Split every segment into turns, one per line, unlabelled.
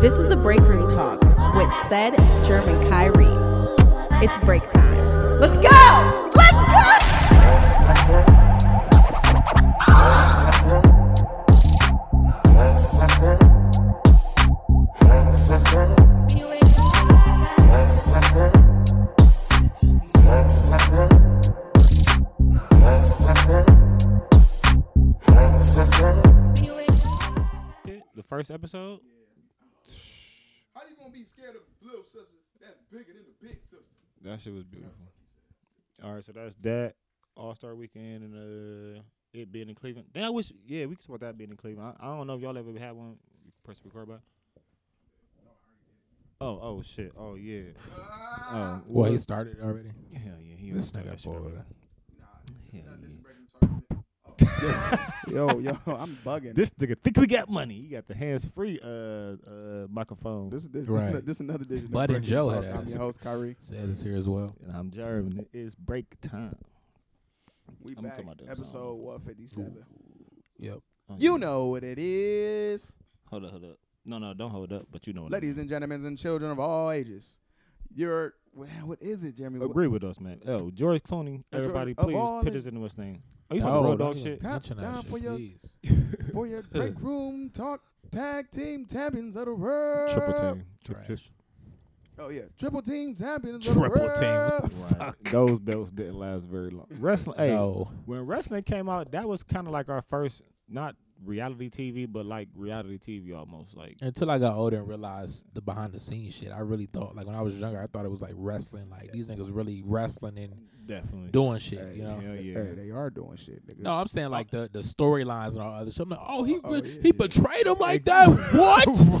This is the break room talk with said German Kyrie. It's break time. Let's go! Let's go!
The first episode?
How you gonna be scared of little sister that's bigger than the big sister?
That shit was beautiful. All right, so that's that All Star Weekend and uh, it being in Cleveland. Damn, I wish. Yeah, we could support that being in Cleveland. I, I don't know if y'all ever had one. You can press record button. Oh, oh shit. Oh yeah. Oh,
Well, he started already.
hell yeah. He
This
was that
nigga
shit already.
boy.
Hell yeah.
Yes. yo, yo, I'm bugging.
This nigga think we got money. You got the hands free uh uh microphone.
this, this,
Right.
this another digital.
Bud and
breakdown
Joe
talk.
had
I'm
ass.
your host Kyrie.
Said is here as well.
and I'm Jeremy. It is break time.
We
I'm
back.
talking about them
Episode
songs.
157.
uh,
Yep.
Oh,
You
yeah.
know what it is,
Hold up, hold up. No, no, don't hold up. But you know what? I
ladies and gentlemen and children of all ages. You're what, what is it, Jeremy?
mean. agree with us, man. Oh, George Clooney.
George-
Everybody,
of
please
all
put
the-
us into this thing. Are Oh, you talking about road dog shit?
Tap down for your- What- for your break room talk tag team champions of the world.
Trash.
Oh yeah, triple team champions of the
Triple team.
world.
What the
Right. Those belts didn't last very long. Wrestling. Hey,
No.
when wrestling came out, that was kind of like our first, not reality TV, but like reality TV almost. Like
Until I got older and realized the behind the scenes shit, I really thought like when I was younger, I thought it was like wrestling. Like these niggas really wrestling and
definitely.
doing shit. You
Hell
know.
Oh, yeah.
Hey, they are doing shit, nigga.
No, I'm saying like the the storylines and all other shit. I'm like, oh, he
Oh,
re-
yeah.
he betrayed him like that. What?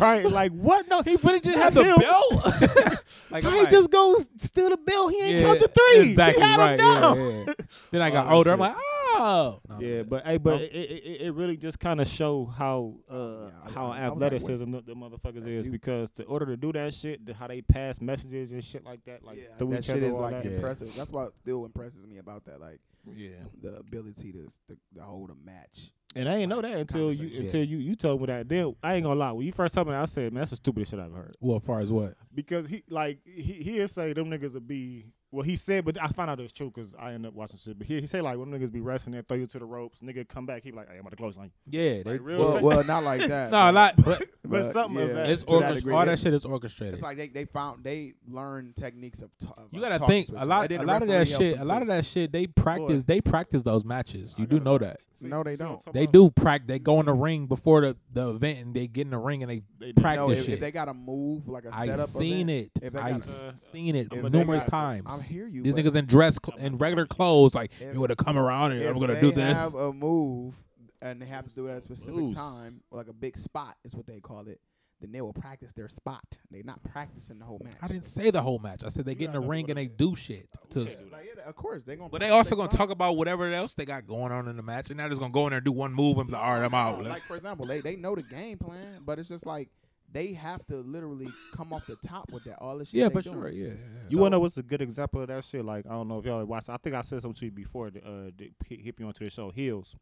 right. Like what? No,
He really didn't have the
Him.
belt. like, I'm
How he
like-
just go steal the belt? He ain't
Yeah,
count to three.
Exactly
He had
right.
Him
yeah,
down.
yeah, yeah. Then I
Oh,
got
that
older. I'm
shit.
like, oh. No,
Yeah,
man.
but hey, but it, it, it- it really just kind of show how uh
Oh, I-
how
I- I was like, wait.
athleticism the, the motherfuckers is
you-
because to order to do that shit, the, how they pass messages and shit like that, like
yeah,
through
that
each
shit
other,
is
all
like
that.
Yeah.
impressive. That's what still impresses me about that, like
yeah.
the ability to to, to hold a match.
And I ain't know that until you
conversation.
until you you told me that. Then I ain't gonna lie, when you first told me that, I said, man, that's the stupidest shit I've heard.
well, as far as what?
Because he like he he'll say them niggas will be. Well, he said, but I found out it's true because I end up watching shit. But he, he say like, when niggas be wrestling, they throw you to the ropes. Nigga come back, he be like, hey, I'm about to close on you.
Yeah, they
Like, real
Well, well, not like that.
no, not. But
But something of that.
it's
to that
orchestrated.
degree,
All
they-
that shit is orchestrated.
It's like they, they found they learned techniques of. ta- of
you
uh,
gotta
talking
think
to each
a
other.
lot.
And then
A
the
lot of that
referee helped
shit.
them
A lot
too.
of that shit. They practice. They practice those matches. You do know that.
No, they don't.
They do practice. They go in the ring before the, the event and they get in the ring and they,
They do.
practice
No, if,
shit.
if they got a move like a
I
setup,
seen
event,
it.
if they
I
got
a-
seen it
if they
numerous
got-
times.
I hear you.
These
but
niggas in dress cl- in regular clothes, like
If-
you would have come around and
if
I'm gonna
they
do this.
Have a move and they have to do it at a specific
Moves.
time, or like a big spot is what they call it. Then they will practice their spot. They're not practicing the whole match.
I didn't say the whole match. I said they get in the ring and they do shit. To,
Like, Oh, yeah, of course, they're gonna.
But they
practice
also
their
gonna
spot.
talk about whatever else they got going on in the match, and they're just gonna go in there and do one move and be like, all right, I'm out.
Oh, Like for example, they they know the game plan, but it's just like they have to literally come off the top with that all this shit.
yeah,
they
but
doing.
you're right. Yeah, yeah, yeah.
You wanna know what's a good example of that shit? Like I don't know if y'all watched. I think I said something to you before. To, uh, to hit hit you onto the show Heels.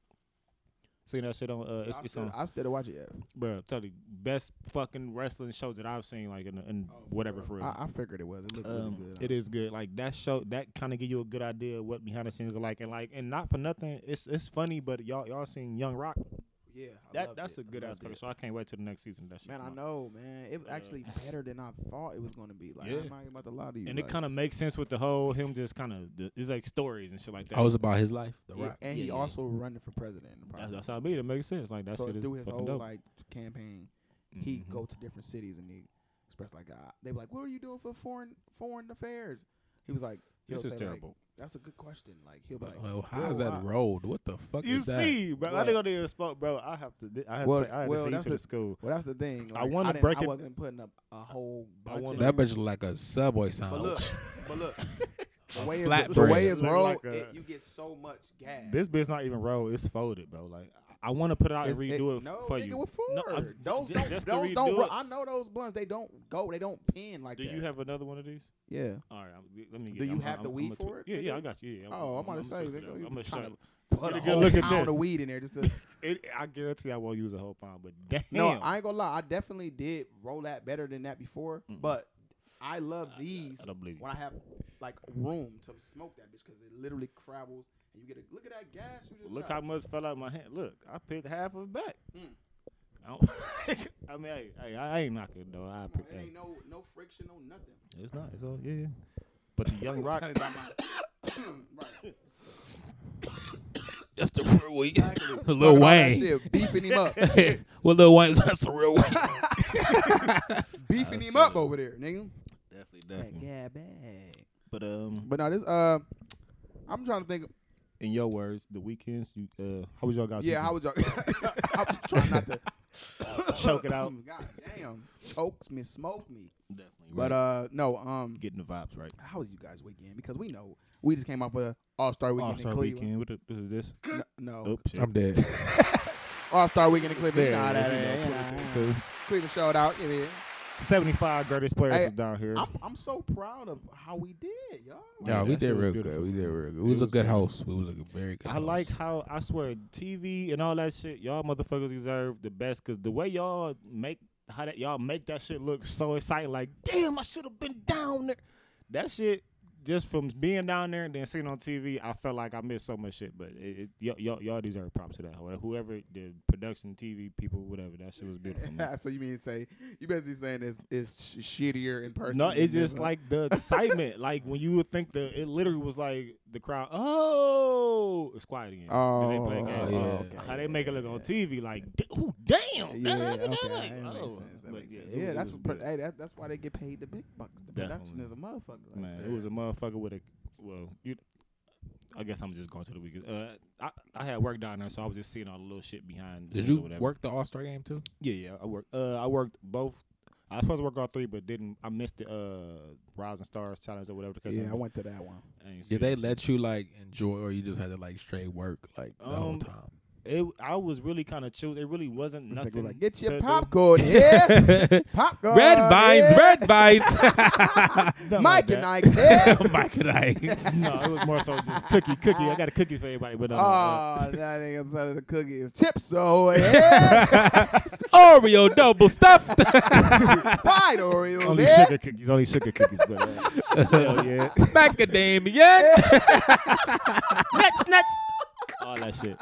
Seen that shit on. Uh, it's,
I
it's
still,
on.
I still don't watch it yet.
Bro, tell you best fucking wrestling shows that I've seen. Like in, the- in whatever for real.
Oh, I, I figured it was. It looked
um,
really good.
it is good. Like that show, that kind of give you a good idea of what behind the scenes are like, and like, and not for nothing, it's it's funny. But y'all y'all seen Young Rock?
Yeah, I
That
loved
that's
it.
a good
I
ass
loved
fucking
it.
show. I can't wait till the next season. That shit.
Man, I
come out.
know, man. It was actually better than I thought it was gonna be. Like,
Uh, Yeah.
I'm not even about to lie to you.
And
like,
it kind of makes sense with the whole him just kind of it's like stories and shit like that.
I was about his life, The
yeah,
Rock.
and he also running for president. In the
that's,
process.
that's how I mean. It makes sense. Like that
so
shit is
through his
fucking
whole
dope.
like campaign, he
Mhm.
go to different cities and he express like, uh, they were like, "What are you doing for foreign foreign affairs?" He was like, he'll
This is
say, like,
terrible.
That's a good question. Like he'll be like,
uh,
Well,
well,
how's that
I-
rolled? What the fuck
you
is that?
see, bro, I
What?
think I did a spoke, bro. I have to. I had
Well,
to. Say, I had
well,
to see you
that's
to the
a-
school.
Well, that's the thing. Like,
I wanna
didn't-
break
I
it-
wasn't putting up a whole bunch.
wanna-
in
That
there.
bitch look like a subway sandwich.
But look, but look, the way
flat
it's, the way
bread.
it's
Look like
rolled,
a-
it, you get so much gas.
This bit's not even rolled. It's folded, bro. Like I want to put it out
It's-
and redo it, f-
no,
for
nigga,
you.
With four.
No, I'm-
those
ju-
don't,
just to
those
redo
don't. ru-
it.
I know those blunts. They don't go. They don't pin like
Do
that.
you have another one of these?
yeah.
All right, I'm, let me. Get
Do
it.
you
I'm-
have
I'm-
the
I'm
weed
gonna twi-
for it,
Yeah, yeah,
nigga?
I got you. Yeah,
Oh, I'm about to say,
twist
nigga,
it up.
you
I'm gonna
tryna
shut.
Put
Get
a
a good
whole
look at
pound
this.
of weed in there just to.
It, I guarantee I won't use a whole pound, but damn.
No, I ain't gonna lie. I definitely did roll that better than that before,
Mm-mm.
but I love these
I don't believe you.
when I have like room to smoke that bitch because it literally crabbles and you get a look at that gas. You just
Look
got.
how much fell out of my hand. Look, I picked half of it back.
Mm.
I, don't, I mean, hey, hey, I ain't knocking though. I
Come
picked
on, it ain't
that.
no no friction, no nothing.
It's not. It's all yeah. yeah. But the young rock.
Tell you about my- right.
That's the real weed.
Exactly.
Lil
Talking all that
Wayne.
shit, beefing him up,
well, Lil Wayne, that's the real weed.
beefing him up over there, nigga.
Definitely,
That guy bad.
But um,
But no, this uh, I'm trying to think.
in your words, the weekends. You uh, how was y'all guys?
Yeah, how
weekend?
was y'all? I was trying not to
Choke it out.
God damn, chokes me, smoke me.
definitely.
But
right.
uh, no. Um,
getting the vibes right.
how was you guys weekend? Because we know we just came off with a All Star weekend
All Star
in Cleveland.
Oh, weekend. What, the, what is this? Oh,
N- No,
Oops.
I'm dead.
All Star weekend in Cleveland.
There
nah,
it is,
that,
you know, Twitter
ain't- nah,
thing,
nah.
too.
Cleveland showed out. Yeah, man.
Seventy-five greatest players
Hey,
is down here.
I'm I'm so proud of how we did, y'all. Like,
No,
Yeah,
we
that shit
did
was
real
beautiful,
good. We did
man.
real good.
It
We was,
was
a good
good.
host. We was a very good.
I like
host.
how I swear TV and all that shit. Y'all motherfuckers deserve the best because the way y'all make how that y'all make that shit look so exciting. Like damn, I should have been down there. That shit just from being down there and then seeing on TV, I felt like I missed so much shit. But it, it, y'all, y'all y'all deserve props to that. Whoever- Whoever the production, TV people, whatever, that shit was beautiful. man.
so you mean to say you basically saying it's it's sh- shittier in person?
No,
than
it's
this
just
one?
like the excitement. like when you would think the it literally was like the crowd, oh it's quiet again. Then they play a
Oh,
game.
yeah.
Oh, okay. How they make it look on TV, like d- ooh, damn.
Yeah,
that happened,
okay,
that like,
that
oh.
makes sense.
But
That makes
yeah,
sense.
it
Yeah,
was-
that's
it was
what, pro-
good.
hey, that, that's why they get paid the big bucks. The production
Definitely.
is a motherfucker. Like,
Man, it was a motherfucker with a well, you I guess I'm just going to the weekend. Uh, I, I had work down there, so I was just seeing all the little shit behind. the
Did
scenes or
you
whatever.
work the All Star game too?
Yeah, yeah. I worked. Uh, I worked both. I was supposed to work all three, but didn't. I missed the uh, Rising Stars challenge or whatever. Because
yeah, I went to that one.
ain't see
Did they
that shit.
let you like enjoy, or you just had to like straight work like the whole
Um,
time?
it I was really kind of choose. It really wasn't
This nigga
nothing.
was like, get your
to do.
popcorn here. popcorn.
red vines,
here.
red vines.
Nothing like
Mike
that. Oh
and Ike here.
Mike and Ike.
no, it was more so just cookie, cookie. I got a cookie for everybody, but uh, uh,
Oh, that nigga selling the cookies. Chips over here.
Oreo double stuffed.
Fried Oreos
uh, only
here.
sugar cookies, only sugar cookies. But uh, hell yeah,
Macadamia.
nuts, nuts, all that shit.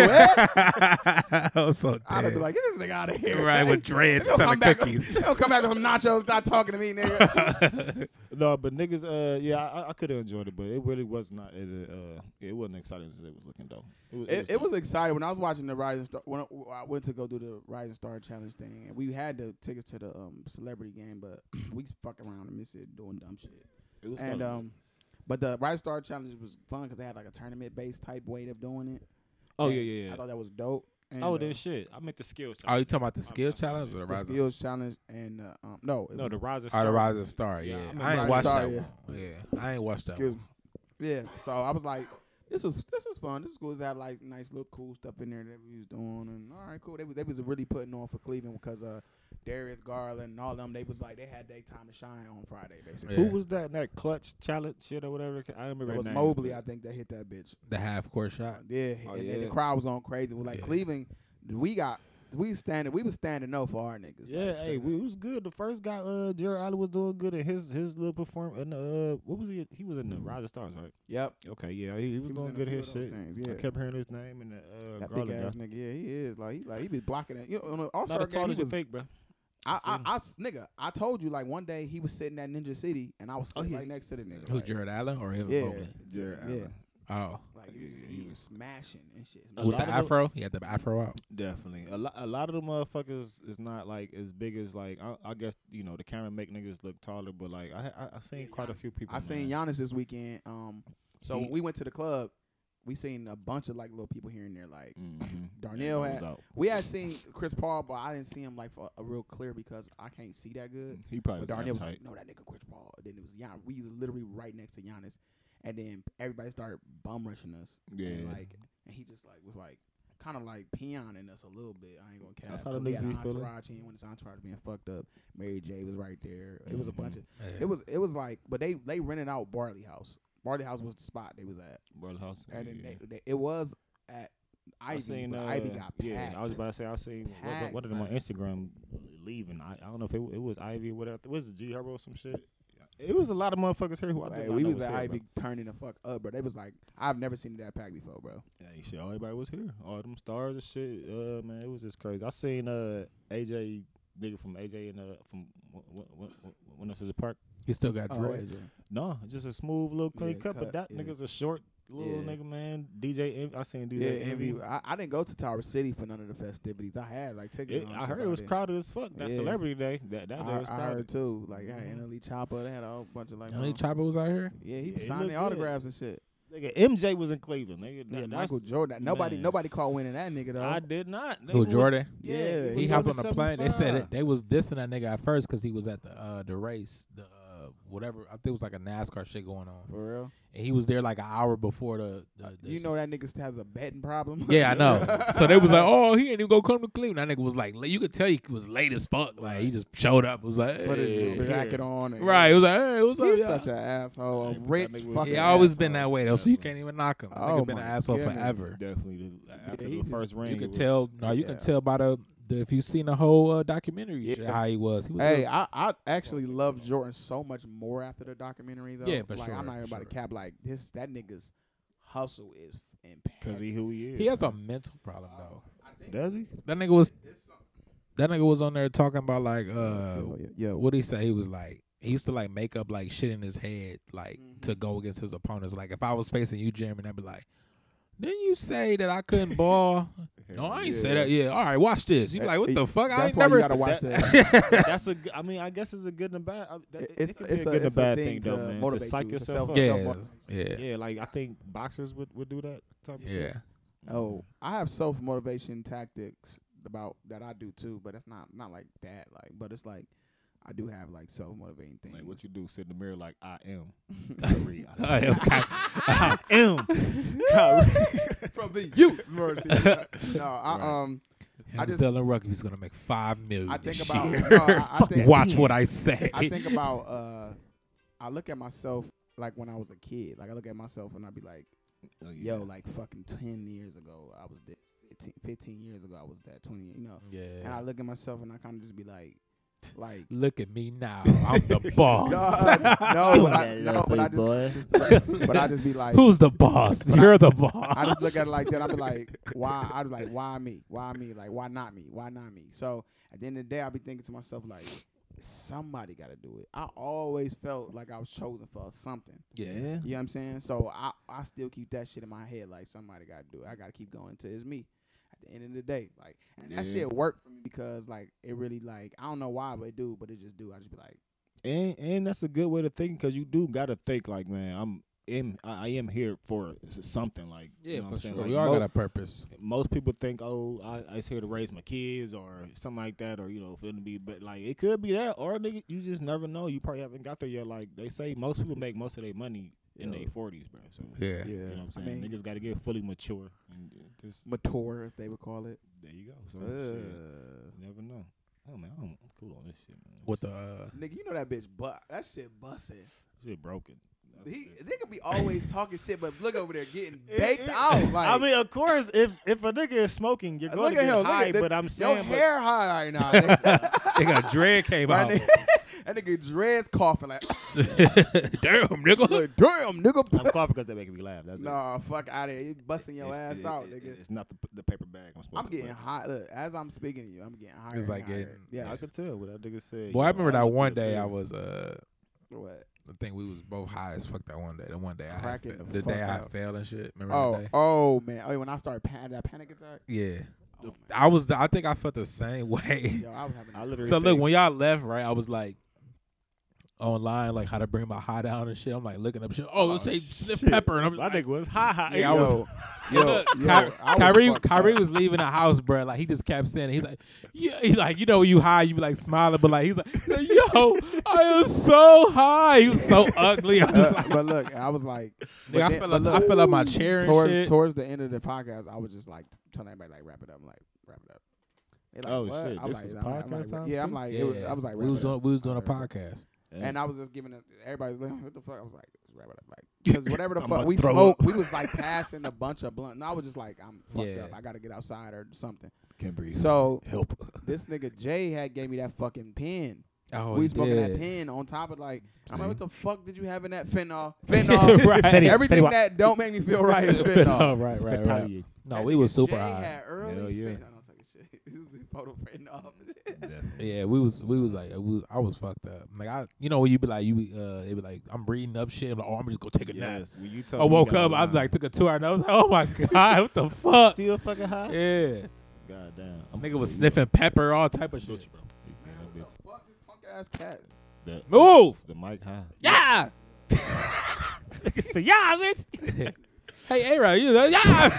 here.
I was so
I'd be
dead.
like, get this nigga out of here.
right with dreads,
Don't
selling
come, back,
cookies.
don't come back with some nachos. Stop talking to me, nigga.
No, but niggas, uh, yeah, I, I could have enjoyed it, but it really was not. It, uh, it wasn't exciting as it was looking though. was,
it, it was exciting when I was watching the Rising Star. When I, I went to go do the Rising Star Challenge thing, and we had the tickets to the um, celebrity game, but we fuck around and miss it doing dumb shit.
it was
And
fun.
um, but the Rising Star Challenge was fun because they had like a tournament based type way of doing it.
oh
And
yeah, yeah,
I
yeah.
thought that was dope. And,
Oh,
uh,
this shit. I meant the skills.
Oh, you
challenge.
talking about the
I'm-
skill
I'm-
challenge or the
the
rising?
skills challenge and uh, um, no, it
No,
was-
the rising.
Oh, the
Stars.
rising star. Yeah,
Yeah, I
I
remember
ain't
Rising
watched
Star,
that.
yeah.
One. Yeah, I ain't watched that.
excuse
One.
me. Yeah, so I was like, this was this was fun. This was cool. It had like nice little cool stuff in there that we was doing, and all right, cool. They was they was really putting on for Cleveland because uh, Darius Garland and all them. They was like they had their time to shine on Friday basically.
Yeah.
Who was that in that clutch challenge shit or whatever? I remember.
It
her
was
name,
Mobley,
but-
I think, that hit that bitch.
The half court shot.
Yeah,
Oh,
and then the
yeah.
crowd was on crazy. We're like
Yeah.
Cleveland, we got we standing, we was standing up for our niggas.
Yeah,
like,
hey,
straight
we
up.
it was good. The first guy, uh, Jared Allen was doing good in his his little perform. And uh, what was he? He was in the Roger Stars, right?
yep,
Okay, yeah, he, he was
Mm-hmm. was
doing
in a
good in
few
his
of those
shit.
things,
I
yeah.
kept hearing his name and the uh,
that big
Garland guy.
ass nigga. Yeah, he is like he like he be blocking it. You know, on the All
Not
Star
as
game,
tall
he
as you
was
think, bro.
I, I,
Seen
I, s- nigga, I told you like one day he was sitting at Ninja City and I was
Oh,
sitting
yeah.
right next to the nigga.
Who
like,
Jared Allen or Evan
Yeah.
Mobley?
Jared
Yeah,
Oh,
like he was, he was smashing and shit.
A
with
lot
the
of the-
afro, he had the afro out.
Definitely, a lot. A lot of the motherfuckers is not like as big as like I, I guess you know the camera make niggas look taller, but like I I, I seen
Yeah,
quite a
Giannis.
few people.
I seen
man.
Giannis this weekend. Um, so when
He-
we went to the club, we seen a bunch of like little people here and there. Like
Mhm.
Darnell
Everybody was
had-
out.
we had seen Chris Paul, but I didn't see him like for a real clear because I can't see that good.
He probably
But
was
Darnell was
uptight.
like, no, that nigga Chris Paul. Then it was Gian. We was literally right next to Giannis, and then everybody started bum rushing us. And
Yeah.
like and he just like was like kind of like peoning us a little bit. I ain't gonna cap.
That's how the
'cause he
niggas
had an
be feeling.
entourage. He didn't want his entourage being fucked up. Mary J was right there. It
Mm-hmm.
was a bunch of
Yeah.
it was it was like but they they rented out Barley House. Barley House was the spot they was at.
Brother House.
And then
Oh, yeah.
they, they, it was at Ivy, but Ivy got packed.
uh, Yeah, I was about to say. I seen what- what, what,
Packed,
of them on
like-
Instagram leaving. I, I don't know if it, it was Ivy or whatever. Was it G Herbo or some shit? It was a lot of motherfuckers here who I
Like,
did not
we
know
was
was
at
here,
Ivy turning the fuck up, bro. They was like, I've never seen that pack before, bro.
bro. Hey, shit, all everybody was here. All them stars and shit. Uh, man, it was just crazy. I seen uh AJ nigga from AJ and uh from when, when, when us is the park.
He still got
Oh,
dreads.
No, just a smooth little clean
Yeah,
cut, but
cut,
that
yeah.
nigga's a short little
Yeah.
nigga, man. DJ, Envy- I seen DJ
Yeah,
Envy.
Envy. I, I didn't go to Tower City for none of the festivities. I had like tickets.
It-
and all
I
shit
heard it
out
was
there.
crowded as fuck. That
Yeah.
celebrity day, that that day was
I, I heard
crowded.
too. Like,
Mm-hmm.
yeah,
Mhm.
Emily E Chopper. They had a whole bunch of like.
E
Only
um,
Chopper was out here.
yeah, he
Yeah, he
was signing
looked
autographs and shit.
Nigga, MJ was in Cleveland. Nigga,
Yeah,
That- that's-
Michael Jordan. Nobody,
man.
nobody caught winning that nigga though.
I did not. They
Who
was-
Oh, Jordan?
Yeah,
was
He
He
hopped on
going
the
to
plane. They said
75.
it, they was dissing that nigga at first because he was at the uh, the race, the uh, whatever. I think it was like a NASCAR shit going on,
For real.
and he was there like an hour before the. the, the
You know that nigga has a betting problem.
Yeah, I know. so they was like, "Oh, he ain't even gonna come to Cleveland." That nigga was like, you could tell he was late as fuck. Like he just showed up. Was like,
Put
"Hey."
his
Yeah.
jacket on. And
right. He was like, "Hey, what's
He's
up?"
such
y'all?"
an asshole.
Hey,
A
but that
rich
nigga was-
fucking.
He always
asshole.
been that way though, so you can't even knock him. That
Oh
nigga been an
my
asshole
goodness.
forever.
Definitely the, after
he
the first
just-
ring.
You
it
can
was-
tell. No, you
yeah.
can tell by the, the if you've seen the whole uh, documentary
Yeah.
shit, how he was. He was
Hey, I, I actually love Jordan so much more after the documentary though.
Yeah, for
like,
sure,
I'm not even
for
about to
sure.
cap like this. That nigga's hustle is impeccable.
because he who he is.
he has a mental problem though.
Does he?
That nigga was that nigga was on there talking about like uh
yeah, yeah.
what he say he was like he used to like make up like shit in his head like
Mhm.
to go against his opponents. Like if I was facing you, Jeremy, I'd be like, Didn't you say that I couldn't ball? no, I ain't say that. Yeah, all right, watch this. You be like, what the fuck? I
That's
ain't
why
never
you gotta watch
that-
that.
That's a. g- I mean, I guess it's a good and bad. I, that,
It's-
it could
it's
be a
a-
good and
it's a
bad
thing
thing, though,
to
man.
motivate
to psych
you, to
yourself up.
self-
yeah,
Self-
yeah, yeah.
yeah. Like I think boxers would, would do that type of shit.
Oh, I have self motivation tactics about that I do too, but it's not not like that. Like, but it's like I do have like self motivating things.
Like what you do? Sit in the mirror like I am Kyrie.
I am
I am Kyrie.
from the you mercy. no, I um
I'm
just-
telling Ruck he's gonna make five million.
I think
this
about-
year.
no, I- I
Fuck,
think-
watch what I say.
I think about uh I look at myself like when I was a kid. Like I look at myself and I be like,
Oh, yeah.
yo, like fucking ten years ago I was this 15, 15 years ago I was that twenty you know. And I
yeah.
look at myself and I kinda just be like like
Look at me now. I'm the boss.
Dog, no, but I, no, but I just, but I just be like,
Who's the boss? You're the boss.
I just look at it like that. I be like, why? I be like, why me? Why me? Like, why not me? Why not me? So at the end of the day, I be thinking to myself like, somebody got to do it. I always felt like I was chosen for something.
yeah.
You know what I'm saying? So I, I still keep that shit in my head. Like somebody got to do it. I got to keep going to it's me. At the end of the day, like and that
Yeah.
shit worked for me because like it really like I don't know why, but it do. But it just do. I just be like,
and and that's a good way to think because you do gotta think like man i'm in i, I am here for s- something like you
Yeah,
know what
for
I'm
sure.
saying? Like,
we all
mo-
got a purpose.
most people think oh I, I just here to raise my kids or something like that or you know for them to be but like it could be that or nigga you just never know you probably haven't got there yet like they say most people make most of their money in
Yeah.
their 40s bro so
Yeah.
yeah,
you know what i'm saying
I mean,
niggas gotta get fully mature and uh, just
mature as they would call it.
there you go so shit,
Ugh.
you never know oh man I'm, I'm cool on this shit man
With the uh,
Nigga, you know that bitch but that shit bussin'.
shit broken That's
He
what this-
nigga be always talking shit, but look over there getting
It-
baked
it-
out. Like
I mean, of course, if if a nigga is smoking, you're
look
going
at
to get
him. Look
high.
at the-
but I'm
your
saying, but
hair high right now. nigga.
they got dread came
Right,
out.
nigga? that nigga dreads coughing like,
Damn, nigga.
like, damn nigga.
I'm coughing because they making me laugh. That's it.
nah, fuck out of here. You busting your
It's-
ass
it-
out,
it-
nigga.
It's not the, the paper bag I'm smoking.
I'm getting
but
hot. Look, as I'm speaking to you, I'm getting higher.
It's like
and higher.
getting-
I
Yes.
could tell what that nigga said.
Boy, I
yo,
remember that
looked in
one
the
day I
mirror.
was uh,
what?
I think we was both high as fuck that one day. The one day I had
Cracking
fa-
the
the day
fuck
I
up.
failed and shit. Remember that
Oh,
day?
oh man. Oh, when I started pan- that panic attack.
Yeah,
Oh, man.
I was. The, I think I felt the same way.
Yo, I was having.
I
a-
literally.
so look,
think-
when y'all left, right, I was like, online, like how to bring my high down and shit. I'm like looking up shit. Oh,
Oh,
it say sniff
shit.
pepper, and I'm just
My
like,
nigga was high high.
Yeah, I was. Yo, yo,
Ky-
I was
Kyrie,
fucked
Kyrie
up.
was leaving the house, bro. Like he just kept saying, it. he's like, yeah, he's like, you know, when you high, you be like smiling, but like he's like, yo, I am so high. He was so ugly. I'm just
Uh,
like,
but look, I was like, but
nigga, I
then-
fell,
but
out, I
look,
fell out my chair and
towards
shit.
towards the end of the podcast, I was just like telling everybody like wrap it up, I'm like wrap it up. They Like,
Oh,
what?
shit,
I'm
this
like,
is
I'm like- I'm
podcast
like,
time,
yeah, I'm
too?
like, it was,
Yeah.
I was like,
we was
wrap it
doing,
up.
we was doing a
Wrap it up.
podcast.
and I was just giving it. Everybody's like, what the fuck? I was like, let's wrap it up, like, because whatever the
I'm
fuck
gonna
we
throw
smoked,
up.
we was like passing a bunch of blunt. And I was just like, I'm fucked
Yeah.
up. I gotta get outside or something.
Can't breathe.
So
help.
this nigga Jay had gave me that fucking pen.
Oh,
we
he
smoking that
did.
pen on top of like, I'm
See?
like, what the fuck did you have in that fentanyl? Fentanyl.
Right.
Fetty-
Everything
Fetty-
that don't make me feel right is
Oh,
fentanyl.
right, right, right.
Spectacular.
No,
That
we
nigga
was super
Jay
high.
Had early
Hell yeah.
fentanyl. I don't take shit. This is the photo fentanyl.
Yeah, we was we was like we, I was fucked up. Like I, you know, when you be like you, uh, they be like I'm reading up shit. I'm like, oh, I'm just gonna take a nap.
Yes, when you told
I
me you
woke
got
up. I
high.
like took a two hour. And I was like, oh my god, what the fuck?
still fucking high.
Yeah,
God damn. I'm
nigga was sniffing pepper, all type of shit.
That
what
bitch-
the fuck, this punk ass cat.
that-
Move,
The mic high.
yeah.
so yeah, bitch.
Hey, Ara, you, yeah.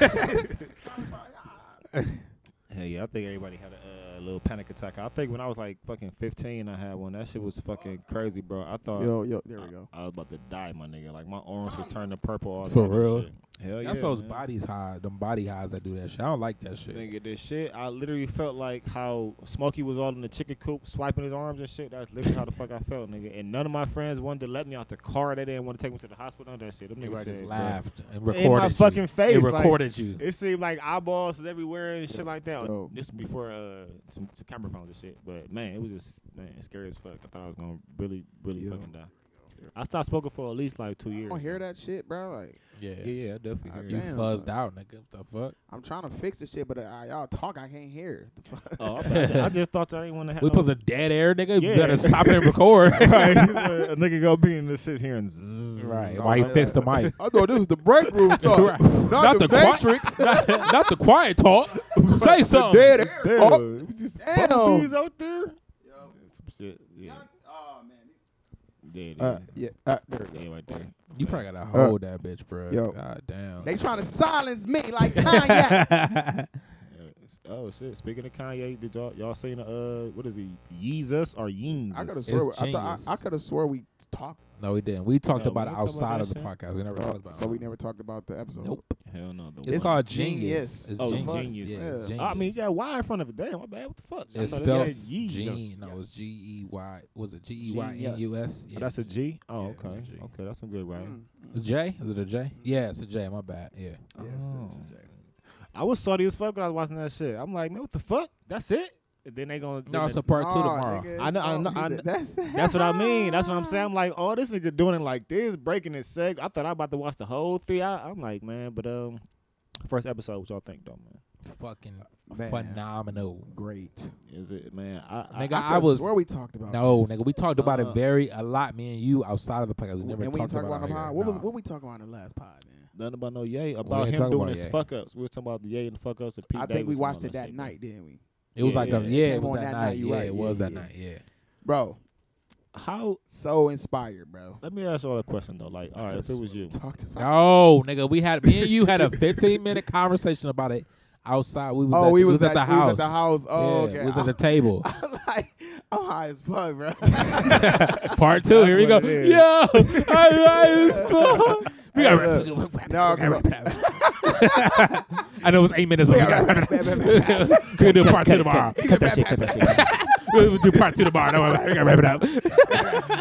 Hey, yeah, I think everybody had a uh, little panic attack. I think when I was like fucking 15, I had one. That shit was fucking crazy, bro. I thought
Yo, yo, there we
I-
go.
I, was about to die, my nigga. Like my arms was turning purple. All
For
types of
real?
shit. Hell yeah.
That's those
man.
bodies high, them body highs that do that shit. I don't like that shit.
Nigga, this shit. I literally felt like how Smokey was all in the chicken coop, swiping his arms and shit. That's literally how the fuck I felt, nigga. And none of my friends wanted to let me out the car. They didn't want to take me to the hospital. None of that shit. Them niggas
Niggas just
said, bro,
laughed and
my
recorded you.
fucking face,
They
like-
recorded you.
It seemed like eyeballs is everywhere and shit like that.
Yo.
This before uh some, some camera phones and shit. But man, it was just man scary as fuck. I thought I was gonna really, really
Yo.
fucking die. I stopped smoking for at least like two
I
years.
don't hear that shit, bro. Like,
Yeah, yeah, I definitely
I
hear
You
it.
Damn.
fuzzed out, nigga. What the fuck?
I'm trying to fix this shit, but uh, y'all talk, I can't hear. The fuck?
Oh, I, thought- I just thought y'all didn't want to have.
We put some dead air, nigga. You
Yeah.
better stop it and record.
right. a nigga go be in this shit here and zzz.
Right.
No,
Why you
no,
fix the
no.
mic?
I thought this was the break room talk,
Right. Matrix. Not, not the quiet talk. Say something.
air.
Damn,
Oh,
we just
Damn.
bumblebees out there. Some shit. Yeah,
Oh, man.
yeah, yeah,
Uh, yeah, uh, there we go.
yeah, right there.
You probably gotta hold that bitch, bro.
yo.
God damn.
They trying to silence me like Kanye.
Yeah, it's- Oh shit! Speaking of Kanye, did y'all y'all seen uh what is he Yeezus or Yeezus?
I could have swore. I, thought
genius.
I, I could have swore we talked,
no, we didn't. We talked
No,
about
we
it
didn't talk
outside
about
of the
that
podcast. We never talked
uh,
about it.
so we never talked about the episode.
Nope.
Hell no, the
It's
one.
called
Genius.
genius. It's
Oh,
genius.
Genius.
Yeah, it's
Yeah.
genius.
I mean, you got Y in front of it. Damn, my bad. What the fuck? I
It's
thought
spelled
said Yeezus.
Gene. No, it's G E Y. Was it G E Y N U
Genius.
S?
Oh, that's a G. Oh,
Yeah, it's a
okay,
G.
okay, that's some good writing.
Mm.
A J? Is it a J? Yeah, it's a J. My bad. Yeah.
Oh. I was salty as fuck when I was watching that shit. I'm like, man, what the fuck? That's it? And then they gonna then
No,
they-
it's a part two
Nah,
tomorrow.
nigga,
I know- I
it's
know-
all-
I
he
know-
said, That's,
That's what I mean. That's what I'm saying. I'm like, oh, this nigga doing it like this, breaking his seg. I thought I about to watch the whole three. I, I'm like, man, but um, first episode, what y'all think though, man?
Fucking
Man.
phenomenal.
great.
Is it man? I,
Nigga,
I,
I
I, could've
was-
swore we talked about
No,
this.
nigga, we talked about
Uh,
it very a lot, me and you, outside of the podcast. We never
and we
talked
ain't talking
about,
about the
it. on
pod.
here.
What was
Nah.
what we talking about in the last pod, man?
nothing about no yay about
ain't
him
talking
doing
about
his
Ye.
fuck ups. We was talking about the yay and the fuck ups.
I think we watched it that night, didn't we,
It was
Yeah,
like
yeah,
a
yeah.
yeah,
It
it
came
was
on
that
that night,
night.
you
Yeah,
right.
it
Yeah,
was that
yeah.
night. Yeah.
bro?
How?
So inspired, bro.
Let me ask y'all a question though. Like, all right, if it was you,
Talked about.
No, nigga, we had me and you had a 15 minute conversation about it outside. We was
oh,
at,
we was,
at the
We was
house.
at the house. Oh,
yeah,
okay.
we was at the table.
I'm like, I'm high as fuck, bro.
Part two. Here we go.
what it is.
Yo, I, I was fuck. We got
Hey,
wrap.
look.
we gotta wrap it
No,
up, we
come
gotta wrap it up. I know it was eight minutes, but we got wrap it up. we gonna do part two tomorrow.
cut that shit, cut that shit.
We'll do part two tomorrow. No, we gotta wrap it up.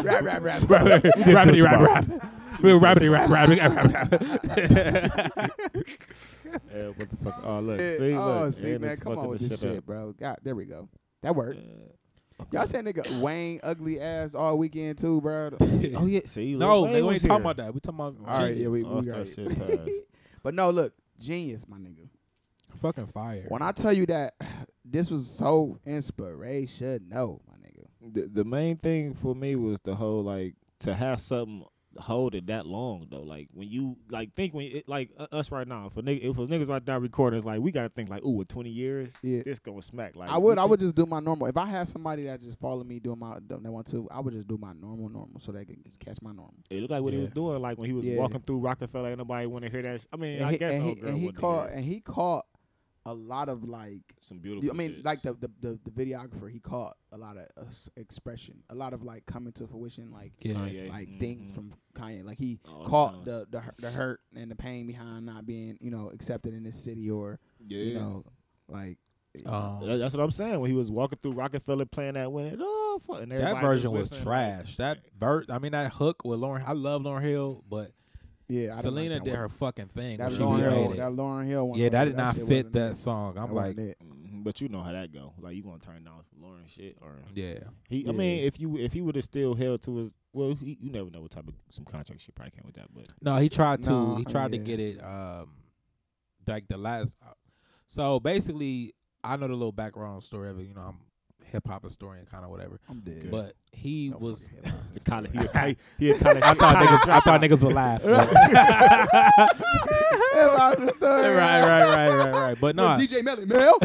rap, rap, rap.
Rabbity rap rap. We'll rabbity rap rap. We gotta wrap it up.
Yeah, what the fuck? Oh, look,
Yeah,
see,
oh,
look,
see,
and
man,
it's
come on
fucking
with
the
this shit,
up.
bro. God, there we go. That worked. Y'all said nigga Wayne ugly ass all weekend too, bro.
Oh yeah, see,
No,
Lil Wayne
nigga, we
was
ain't
here.
talking about that. We talking about
All right, yeah, we, we
All
all
star
right.
shit passed.
But no, look, genius, my nigga.
fucking fire.
When I tell you that this was so inspirational, my nigga.
the, the main thing for me was the whole like to have something hold it that long though. Like when you like think when it, like u- us right now, for nigga, if a niggas right now recording, it's like we gotta think like, ooh, with twenty years,
Yeah.
this gonna smack. Like
I would,
we
I
could-
would just do my normal. If I had somebody that just followed me doing my that want to, I would just do my normal, normal, so they can just catch my normal.
It looked like what he was
Yeah.
doing, like when he was
Yeah.
walking through Rockefeller. Ain't nobody want to hear that. sh- I mean,
and
I
he,
guess
and
old
he,
girl
and he
wouldn't
caught
hear it.
and he caught a lot of like
some
Yeah,
beautiful.
I mean,
shits. Oh,
like the, the the the videographer, he caught a lot of uh, s- expression, a lot of like coming to fruition, like
Yeah.
Kanye.
like
Mhm.
things from Kanye. Like he
All the
caught
times.
the the hu- the hurt and the pain behind not being you know accepted in this city or
yeah.
you know like
Um,
That- That's what I'm saying. When he was walking through Rockefeller playing that winning, oh, fuck, and
that
everybody
version
just
was
listening, like,
trash. That ver- I mean, that hook with Lauren. I love Lauren Hill, but
yeah. I didn't like
Selena
that
did
one.
her fucking thing.
That
when she
Lauren Hill,
remade
that
it.
Lauren Hill one.
Yeah,
right
that
there,
did not
shit
fit
wasn't
that
it.
song. I'm
That
like,
wasn't it.
mhm, But you know how that go. Like you gonna turn down Lauren shit or
yeah,
he. I
Yeah.
mean, if you if he would have still held to his, well, he, you never know what type of some contract shit probably came with that. But
no, he tried to.
No,
he tried to
yeah.
get it. Um, like the last. uh, So basically, I know the little background story of it. You know, I'm hip hop historian, kind of whatever.
I'm dead.
But he
Don't
was.
fucking hit my-
to college, he a, co- he a college.
I thought niggas. I thought niggas would laugh.
Hip hop is the
right,
story.
right, right, right, right. But no,
Yo, DJ Melly Mel.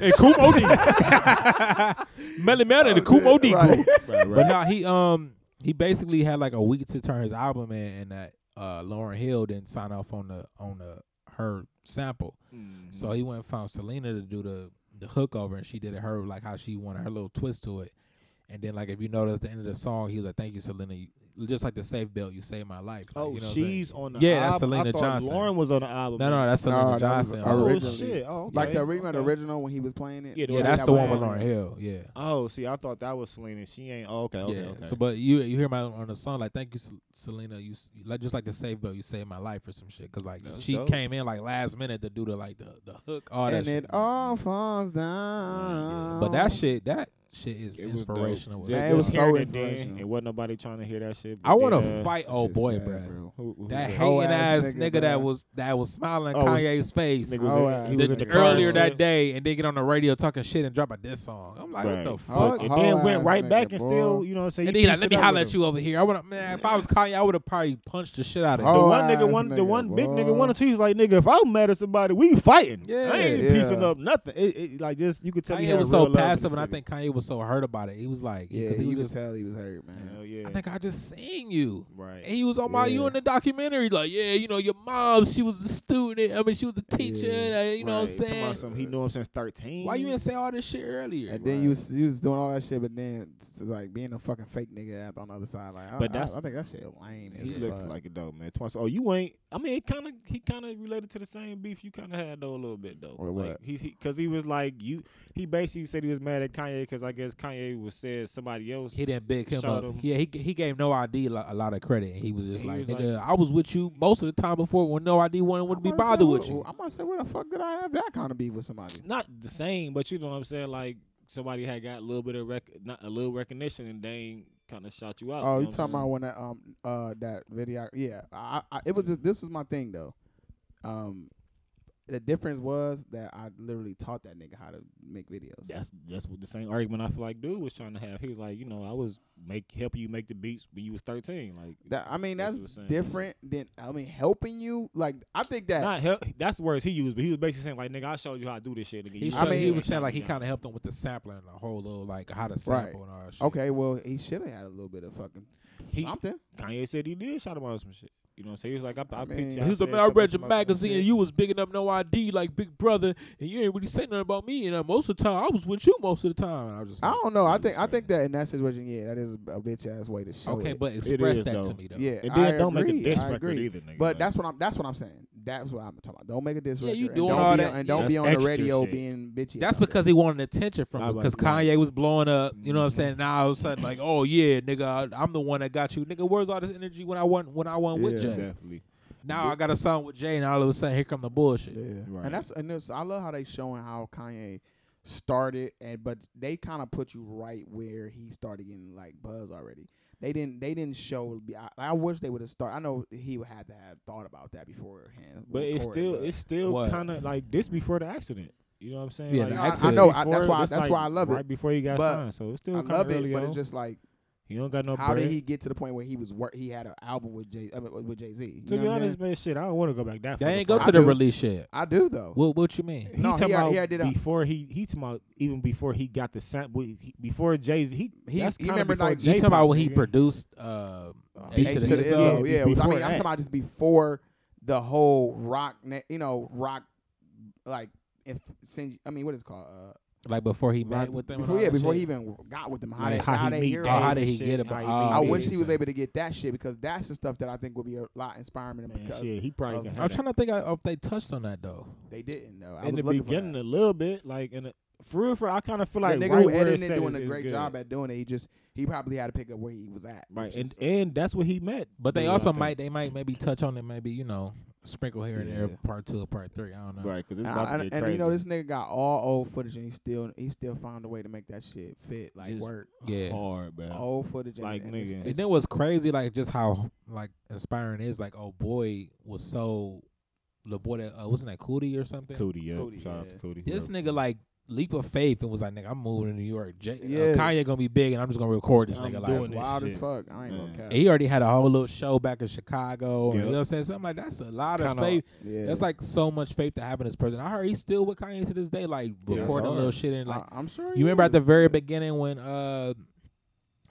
and Coop Odi. Melly Mel and the Coop Odi group.
Right,
But
right.
now he um he basically had like a week to turn his album in, and that uh, Lauren Hill didn't sign off on the on the her sample,
Mhm.
so he went and found Selena to do the the hook over, and she did it her like how she wanted her little twist to it, and then like if you notice at the end of the song, he was like, "Thank you, Selena." You, just like the safe belt, you saved my life. Like,
oh,
you know what I'm saying?
she's on the
Yeah, that's
album. I
Selena
thought
Johnson.
Lauren was on the album.
no, no, that's Selena
No, that was
Johnson.
her
oh
Oh,
original.
shit, oh, okay.
Like the remake
okay.
original when he was playing it.
Yeah, the
yeah,
one
that's
that
the
was
one with
on-
Lauren Hill. Yeah.
Oh, see, I thought that was Selena. She ain't. Oh, okay, okay,
yeah.
okay.
So, but you you hear my on the song like, "Thank you, Sel- Selena. You s- you- like just like the save belt. You saved my life or some shit." Cause like
That's
she
dope.
came in like last minute to do the like the the hook all that.
and
shit.
it all falls down.
but that shit that shit is
It was dope.
inspirational. as
Just
Man, it
fuck.
was so
hearing it
inspirational.
then, It wasn't nobody trying to hear that shit.
I want
Then,
to
uh,
fight
That
old
shit
boy,
sad,
bruh.
who- who
That
was
Whole
hating
ass
ass
nigga,
nigga, that
bruh.
was that was smiling
Oh,
Kanye's face
Nigga
Oh,
was in- he
ass
was
the-
in the car and
earlier
shit.
that day, and then get on the radio talking shit and drop a diss song. I'm like,
Right.
what the
Fuck.
fuck?
and
Whole
then went
ass
right
nigga,
back and
boy.
still, you know, what I'm saying.
And
he
then like,
pieced
let
it
me
up
holler
with
at
him.
you over here. I would, man, if I was Kanye, I would have probably punched the shit out of him.
The
Whole
one nigga,
ass
one the
nigga,
one big
boy.
nigga, one or two. He's like, nigga, if I'm mad at somebody, we fighting.
Yeah.
I ain't
Yeah.
piecing up nothing. It, it, like just you could tell. he
Kanye
had
was
real
so
love for the
passive, and I
city.
think Kanye was so hurt about it. He was like,
Yeah,
'cause
he,
he was
could
just,
tell he was hurt, man.
Hell yeah.
I think I just seen you.
Right.
And he was on my, you
Yeah.
in the documentary, like, yeah, you know, your mom, she was the student. I mean, she was the teacher.
Yeah.
and, uh, you know
Right.
what I'm
Talking about
saying?
something He knew him since 13.
Why you didn't say all this shit earlier?
And then you was, you was doing all that shit, but then s- like being a fucking fake nigga out on the other side, like I,
But
I-
that's-
I, think that shit lame.
It
as
looked
fuck.
like it though, man. Twice. Oh, you ain't. I mean, it kind of. He kind of related to the same beef you kind of had though a little bit though.
Or
like
what?
he's he because he was like you. He basically said he was mad at Kanye because I guess Kanye was said somebody else.
He didn't big him
Showed
up.
him.
Yeah, he he gave no ID lo- a lot of credit. and He was just
He
like,
was
nigga, I was with you most of the time before when no ID wanted
I'm
to be
gonna say,
bothered
what-
with you.
I'm gonna say, where the fuck did I have that kind of beef with somebody?
Not the same, but you know what I'm saying. Like somebody had got a little bit of rec, not a little recognition, and they ain't kind of shot you out.
Oh,
know
you
what I'm
talking
saying?
about when that um uh that video? Yeah, I, I it was just this is my thing though. Um, the difference was that I literally taught that nigga how to make videos.
That's that's what the same argument I feel like dude was trying to have. He was like, you know, I was make helping you make the beats when you was 13. Like
That I mean,
That's
that's,
what I'm saying.
different than I mean helping you. Like I think that
Not help. That's the words he used, but he was basically saying like, "Nigga, I showed you how to do this shit." Nigga,
He,
You
showed,
I
shouldn't
mean-
be
he was saying
shouting
like he
me
kind of helped him with the sampling and the whole little like how to sample
Right.
and all that shit.
okay, well he should have had a little bit of fucking
He-
something.
down. Kanye said he did shout him out on some shit. You know what I'm saying? He was like, "I, I,
I mean-
picked you."
He was
said
like, man, I
something
read your
smoking and
magazine
shit."
and you was big enough no ID like Big Brother and you ain't really say nothing about me and uh, most of the time I was with you most of the time. And I was just
I
like,
don't know. I
"Dude,
think I
right."
think that in that situation, yeah, that is a bitch ass way to show.
Okay,
it.
but express
is,
that
though.
to me though.
yeah,
And
I
then don't make a
agree,
diss
I
record
agree.
either, nigga.
But
Like,
that's what I'm. That's what I'm saying. That's what I'm talking about. Don't make a diss
Yeah,
record.
you
and
doing
don't
all
be,
that-
And don't
That's
be on the
extra
radio
shit.
being bitchy.
That's
about it.
because he wanted attention from
Nah,
him
but-
because Kanye was blowing up. You know
Mm-hmm.
what I'm saying? Now all of a sudden, like, oh yeah, nigga, I- I'm the one that got you, nigga. Where's all this energy when I won when I won with
Yeah.
Jay?
definitely
Now I got a song with Jay, and all of a sudden, here come the bullshit.
right.
And that's and it's, I love how they showing how Kanye started and but they kind of put you right where he started getting like buzz already. They didn't they didn't show I, I wish they would have started. I know he would have to have thought about that beforehand.
but it's
recording,
still
but-
it's still
What?
kind of like this before the accident. You know what I'm saying?
Yeah,
like,
the
this
accident.
is
I know,
I-
before-
that's why-
this,
that's
like,
why I love it.
Right before he got
But
signed, so it's still
I
kind
love
of
it,
early
but
on.
it's just like
He don't got no
How
bread.
did he get to the point where he was work? He had an album with Jay I mean, with Jay Z.
to be honest, man, shit, I don't want to go back that far.
They ain't go
I
to the
do.
release yet.
I do though.
What what you mean?
He
No,
talking
he already- he
about
already did a-
before he he talking about even before he got the sample he, before Jay Z he,
He-
that's
he
kinda
remember,
before
like, he
You
Jay
talking about when he
yeah.
produced uh,
H to the L, yeah. I
before
mean, I'm
that.
talking about just before the whole rock, ne- you know, rock like. If, since, I mean, what is it called? Uh,
like before he
Rock-
met with them? and
before,
all
yeah,
that
before
shit?
he even got with them, how
Like,
they how, they
meet
hear
Dave
Oh,
it.
how
and
did he
shit,
get about-
how
oh,
meet
I
yeah,
Dave
wish
yeah,
he
and
was
shit.
able to get that shit because that's the stuff that I think would be a lot inspiring to him
Man,
because
shit, he probably can
I'm
have that.
trying to think of if they touched on that though.
they didn't know. I
in
was
the
looking
beginning
for
a little bit, like in the, for real, for I kind of feel
that.
like
the nigga
right
who
where
edited
it's
it
at
doing
is-
a
is
great
good.
job at doing it. He just he probably had to pick up where he was at.
right?
which
And
is-
and that's what he met.
But they
Dude, I
also
think.
might they might maybe touch on it, maybe you know, sprinkle here and there,
Yeah.
part two, or part three. I don't know.
right because it's
and,
about
I-
to
and-
get
and
crazy.
you know this nigga got all old footage and he still he still found a way to make that shit fit like
Just-
work.
Yeah.
hard, man.
Old footage and,
Like,
and it's-
nigga.
it's-
And then what's crazy, like just how like inspiring it is, like oh boy was so the boy that uh, wasn't that Cootie or something.
Cootie, yeah.
Cootie,
Shout out
yeah.
to Cootie.
This
yeah.
nigga like leap of faith and was like, nigga, I'm moving to New York. J- uh,
Yeah.
Kanye gonna be big, and I'm just gonna record this
I'm
nigga.
doing
Like,
it's
this
wild as
shit.
fuck. I ain't
Man.
gonna
And he already had a whole little show back in Chicago.
Yep.
and You know what I'm saying? So I'm like, that's a lot
Kinda-
of faith.
Yeah,
That's like so much faith to have in this person. I heard he's still with Kanye to this day, like
Yeah, that's
recording
hard. Uh,
little shit and like
I, am sure. he
You remember at the
is.
very beginning when uh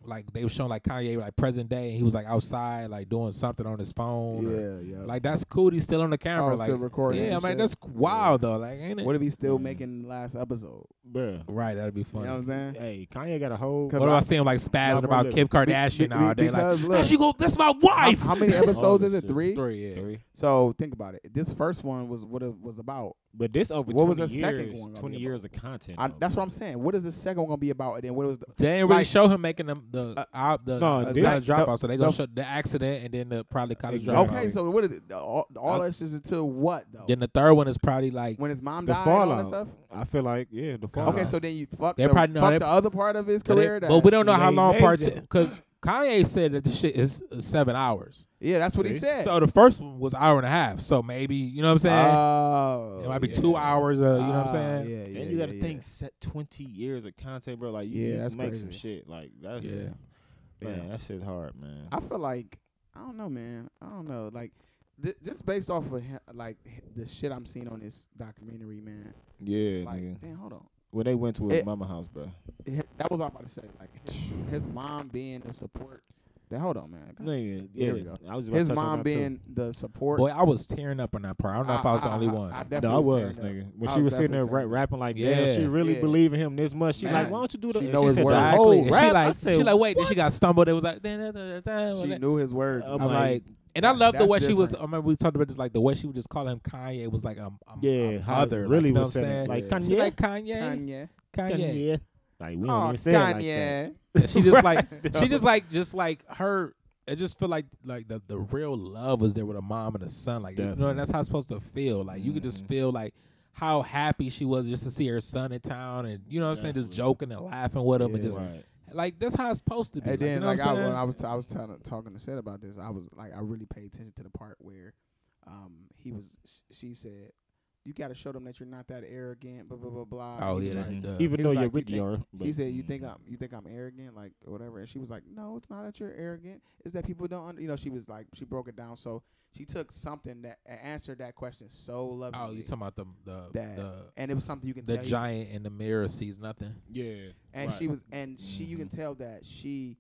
like they were showing like Kanye like present day and he was like outside like doing something on his phone. or-
yeah, yeah.
like that's cool. He's still on the camera.
Oh,
like
still recording
Yeah,
and
man,
shit.
that's wild though. Like ain't it?
what if he's still
Mm.
making the last episode?
Bruh.
right, that'd be
You
funny.
know what I'm saying?
Hey, Kanye got a whole.
'Cause
what do
I-
I see him like spazzing
Nah,
about
look,
Kim
be-
Kardashian
be-
all day? Like,
because,
how
look,
she go? That's my
How,
wife.
how many episodes is
this
it?
shit.
Three.
Three, yeah.
Three.
So think about it. This first one was what it was about.
But this over
What was
20
the
years,
second one gonna be
20 years of content.
I,
though,
that's what
bro.
I'm saying. What is the second one gonna be about? And then what was the
They didn't really
Like-
show him making the the
Uh,
out the
no,
uh,
this-
college
the-
dropout, so they gonna
the-
show the accident and then the probably college
Exactly.
dropout.
okay? So what? Is it, all all that shit is until what though?
Then the third one is probably like
when his mom
The
died, and all that
fallout.
stuff.
I feel like yeah, the
Okay,
Okay,
Uh,
fallout.
so then you fuck,
they
the,
probably know
fuck
they-
the other part of his
But, it-
career. that,
but we don't know how
They
long part
made
two because Kanye said that the shit is uh, seven hours.
yeah, that's what he
See?
said.
So the first one was hour and a half. So maybe you know what I'm saying.
oh,
it might be
yeah.
two hours. Uh, you know what I'm
Ah,
saying.
Yeah, yeah,
and you got to
yeah,
think set 20 years of content, bro. Like you,
Yeah,
you
that's
make some
crazy.
shit. Like that's
Yeah. Yeah.
man, that shit hard, man.
I feel like I don't know, man. I don't know. Like th- just based off of hi- like h- the shit I'm seeing on this documentary, man.
yeah,
Like,
nigga.
damn, hold on.
When they went to his
It-
mama house, bro.
Hi- That was all I'm about to say. Like his, his mom being the support. That hold on, man. God-
Nigga, yeah.
There we go.
I was about
His
to touch on
mom
that,
being the support.
Boy, I was tearing up on that part. I don't know if I was the only one.
ah, I,
too.
definitely
No, I was,
tearing
nigga.
up.
When
I
she was sitting there
definitely
ra-
tearing up.
rapping like,
Yeah.
damn, she really
Yeah.
believe in him this much. She like,
Man.
why don't you do
She
that?
know
she
his
said,
worth.
the
Exactly.
whole
And
rap.
She
I
like
said,
she like wait. Then she got stumbled. It was like. "Da, da, da, da, da,"
She knew his words.
Uh,
I'm
I'm
like,
like,
and I love the
that's
way she was. I
different.
remember we talked about this, like the way she would just call him Kanye was like um, um
yeah,
um,
how it
other,
really
like, you know
was
what I'm
saying,
saying.
like
Yeah.
Kanye,
She like Kanye,
Kanye.
Kanye.
Kanye. Like we
Oh,
don't even say it like that.
Kanye.
And she just like she just like just like her it just feel like like the, the real love was there with a mom and a son like you know
Definitely.
and that's how it's supposed to feel like you could just
Mm-hmm.
feel like how happy she was just to see her son in town and you know what I'm saying just joking and laughing with him and
Yeah.
just
Right.
like that's how it's supposed to be
And
like, you
then,
know
like,
what I'm
I, when
saying?
I was t- I was trying to, talking to Seth about this, I was like, I really paid attention to the part where um, he was. sh- She said, "You got to show them that you're not that arrogant." Blah blah blah blah.
oh
He
yeah
was like-
that- Mm-hmm. duh.
Even
He
though you're
was like, you
with
think-
your,
he said, "You think I'm you think I'm arrogant, like or whatever." And she was like, "No, it's not that you're arrogant. It's that people don't, under-" you know." She was like, she broke it down. So she took something that and answered that question so lovingly,
oh you talking about the
That-
the
and it was something you can
the, the
tell. he's-
giant in the mirror sees nothing
yeah,
and
Right.
she was and she you can tell that she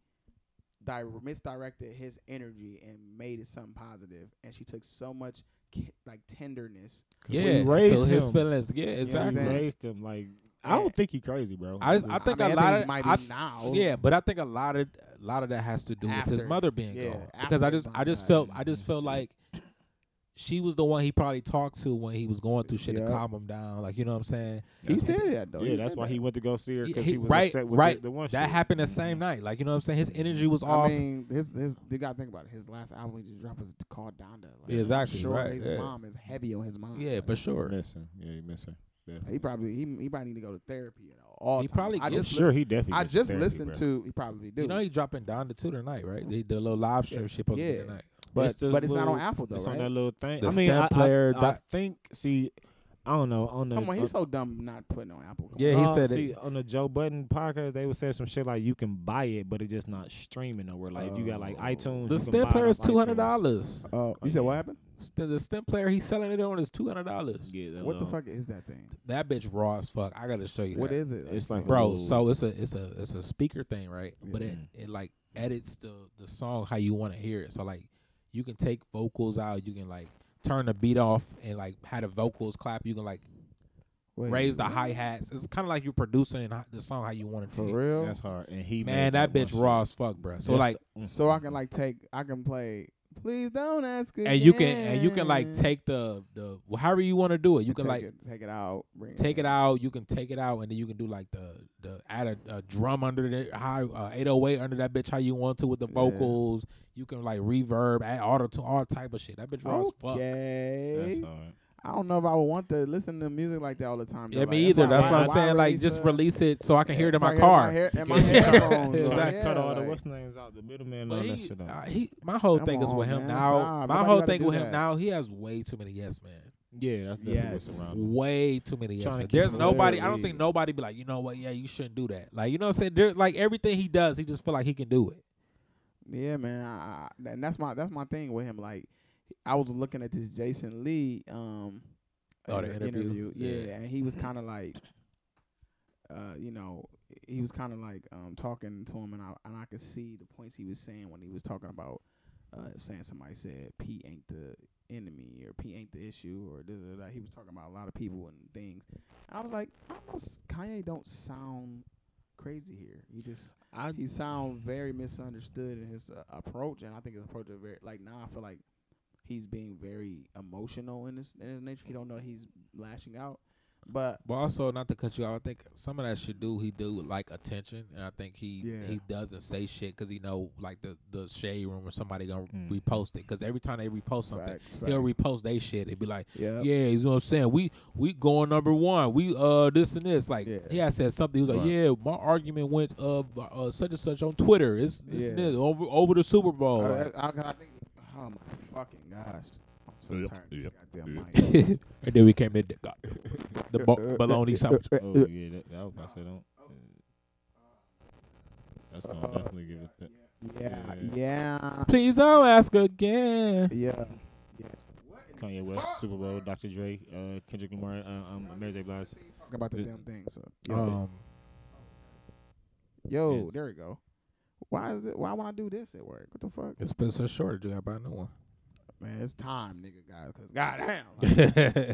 di- misdirected his energy and made it something positive and she took so much ki- like tenderness
yeah
we
so
raised
his
him.
feelings yeah
what I'm
we
exactly
saying?
raised him. Like I
Yeah.
don't think he crazy, bro.
I just-
He
I
was-
think
I, mean,
a lot
I think
of-
he might
I-
be now
Yeah, but I think a lot of a lot of that has to do with his
After.
mother being
Yeah,
gone. Because I
after
just
his
I
mom
just
died.
felt I just felt like she was the one he probably talked to when he was going through shit to
Yep.
calm him down. Like you know what I'm saying?
he said that though
yeah,
He
that's
said
why
that.
he went to go see her
He-
because
he-
he, was
right,
upset with
right.
the, the one.
That
shit.
happened the same night. Like you know what I'm saying? His energy was
Mm-hmm. I
off.
mean, his his you gotta think about it. His last album he just dropped was called Donda. Like,
Yeah, exactly,
I'm sure
right,
his
yeah.
mom is heavy on his mind.
yeah,
like,
for sure.
missing. Yeah, you missing.
he probably he, he might need to go to therapy at all.
He
time.
probably
I
gets-
I'm
just
sure
listened,
he definitely.
I
missed
just
therapy,
listened
bro.
to he probably do.
You know he dropping down the two tonight, right? They did a little live stream she supposed to
Yeah.
do tonight.
but
It's this
but it's not on
little-
Apple though,
It's
right?
on that little thing.
The
I mean, I,
stamp player
I, I
doc-
think. See, I don't know. On the
Come on,
uh,
he's so dumb not putting on Apple.
Yeah, he
uh,
said
see,
it.
on the Joe Budden podcast, they would say some shit like you can buy it, but it's just not streaming nowhere. Like if you got like iTunes,
The
you can buy
stem
it
player
off
is two hundred
iTunes.
dollars.
Oh, you said what happened?
The stem player he's selling it on is two hundred dollars.
Yeah, that
What the
little-
fuck is that thing?
That bitch raw as fuck. I gotta show you.
What
that.
is it?
It's like-
bro?
Ooh.
So it's a it's a it's a speaker thing, right? But it
Mhm.
it like edits the the song how you want to hear it. So like you can take vocals out. You can like turn the beat off and like have the vocals clap. You can like
Wait,
raise the hi hats. It's kind of like you're producing ho- the song how you want it to.
for
be.
real.
That's hard. And he made
Man, that
one
bitch
shit.
raw as fuck, bro. So
Just-
like,
mm.
So I can like take, I can play. Please don't ask. Again.
and you can and you can like take the the however you want to do it. You
And
can
take
like
it, take it out. Bring
take it out. You can take it out, and then you can do like the the add a, a drum under the high uh, 808 under that bitch how you want to with the
Yeah.
vocals. You can like reverb, add auto to all type of shit. That bitch raw as
That's
fuck.
Okay.
hard.
I don't know if I would want to listen to music like that all the time.
Yeah,
though.
me
Like,
either. That's
why-
what I'm
why
saying. Like, just
a-
release it so I can hear it in
so I
my
hear
car.
hair- in my
Yeah.
headphones.
Yeah,
So I
Exactly.
cut all the
like-
what's names out, the middleman, and all
But
that
he,
shit
uh,
out.
he, my whole
Come
thing is with
on,
him
man.
now.
Stop.
My
Nobody
whole
gotta
thing
do
with him
that.
now, he has way too many yes men.
Yeah, that's definitely
Yes.
what's around.
Way too many yes
Tryna
men.
keep
There's
him
nobody. I don't
literally-
think nobody be like, you know what? Yeah, you shouldn't do that. Like, you know what I'm saying? There, like everything he does, he just feel like he can do it.
Yeah, man. I, I, and that's my that's my thing with him. Like, I was looking at this Jason Lee um
Oh, the
inter-
interview?
Yeah.
Yeah.
and he was kind of like, uh, you know, he was kind of like um talking to him, and I and I could see the points he was saying when he was talking about uh saying somebody said P ain't the enemy or P ain't the issue or da, da, da. he was talking about a lot of people and things. I was like, I don't know, Kanye don't sound crazy here. He just
I
he sound very misunderstood in his uh, approach, and I think his approach is very like now. I feel like he's being very emotional in his in his nature. He don't know he's lashing out, but
But also, not to cut you off, I think some of that shit do he do would like attention, and I think he
Yeah.
he doesn't say shit because he know like the the shade room or somebody gonna
Mm.
repost it because every time they repost something,
Facts,
he'll repost they shit. It'd be like,
yeah,
yeah, you know what I'm saying. We we going number one. We uh this and this. Like
Yeah.
he had said something. He was like,
Right.
yeah, my argument went uh, b- uh such and such on Twitter. It's this and
Yeah.
this over over the Super Bowl.
I, I, I, I think. Oh my fucking gosh! I'm so
Yep,
tired. of this
yep,
goddamn
yep.
mic.
and then we came in the, the bo- baloney sandwich.
oh yeah, that, that was I said don't.
Uh,
That's gonna definitely give it that.
Yeah, yeah,
Please don't ask again.
yeah.
Kanye West, Super Bowl, Dr. Dre, uh, Kendrick Lamar, uh, um, Mary J. Blige.
Talking about the
Th-
damn thing. So yeah.
Um,
yo,
yes.
there we go. Why is it? Why would I do this at work? What the fuck?
it's been so short. You gotta buy a new one.
Man, it's time, nigga, guys. Cause goddamn. like,
yeah,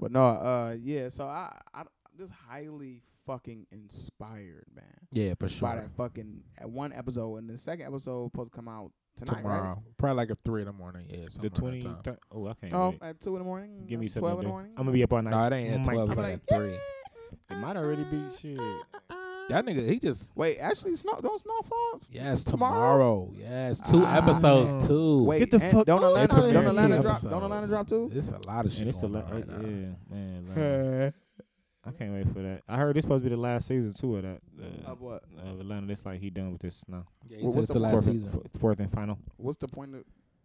But no, uh, yeah. So I, I, I'm just highly fucking inspired, man,
for
by
sure.
that fucking at one episode, and the second episode supposed to come out tonight,
Tomorrow, probably like at three in the morning. Yeah,
The
something around
twenty.
that time.
thir- oh, I can't.
right? Um,
wait.
at two in the morning.
Give me
uh,
something.
twelve in
to
the
do.
morning.
I'm gonna be up all night.
No, it ain't at
Might
twelve.
be
It's like
like-
at three.
It might already be shit.
That nigga, he just
Wait, actually, snow don't snow fall.
yes
Tomorrow?
tomorrow. Yes, two
Ah,
episodes
man.
too.
Wait,
Get the
and
fuck
don't
out
Atlanta,
of
don't
here.
Atlanta
Two
drop, don't Atlanta drop too.
It's a lot of shit.
And it's a
going
lot.
on right now.
yeah, man. like, I can't wait for that. I heard it's supposed to be the last season too of that. Uh,
Of what?
of Atlanta, it's like he done with this now.
Yeah, he
What-
said
what's
it's
the
the last
fourth,
season.
f- fourth and final.
What's the point of?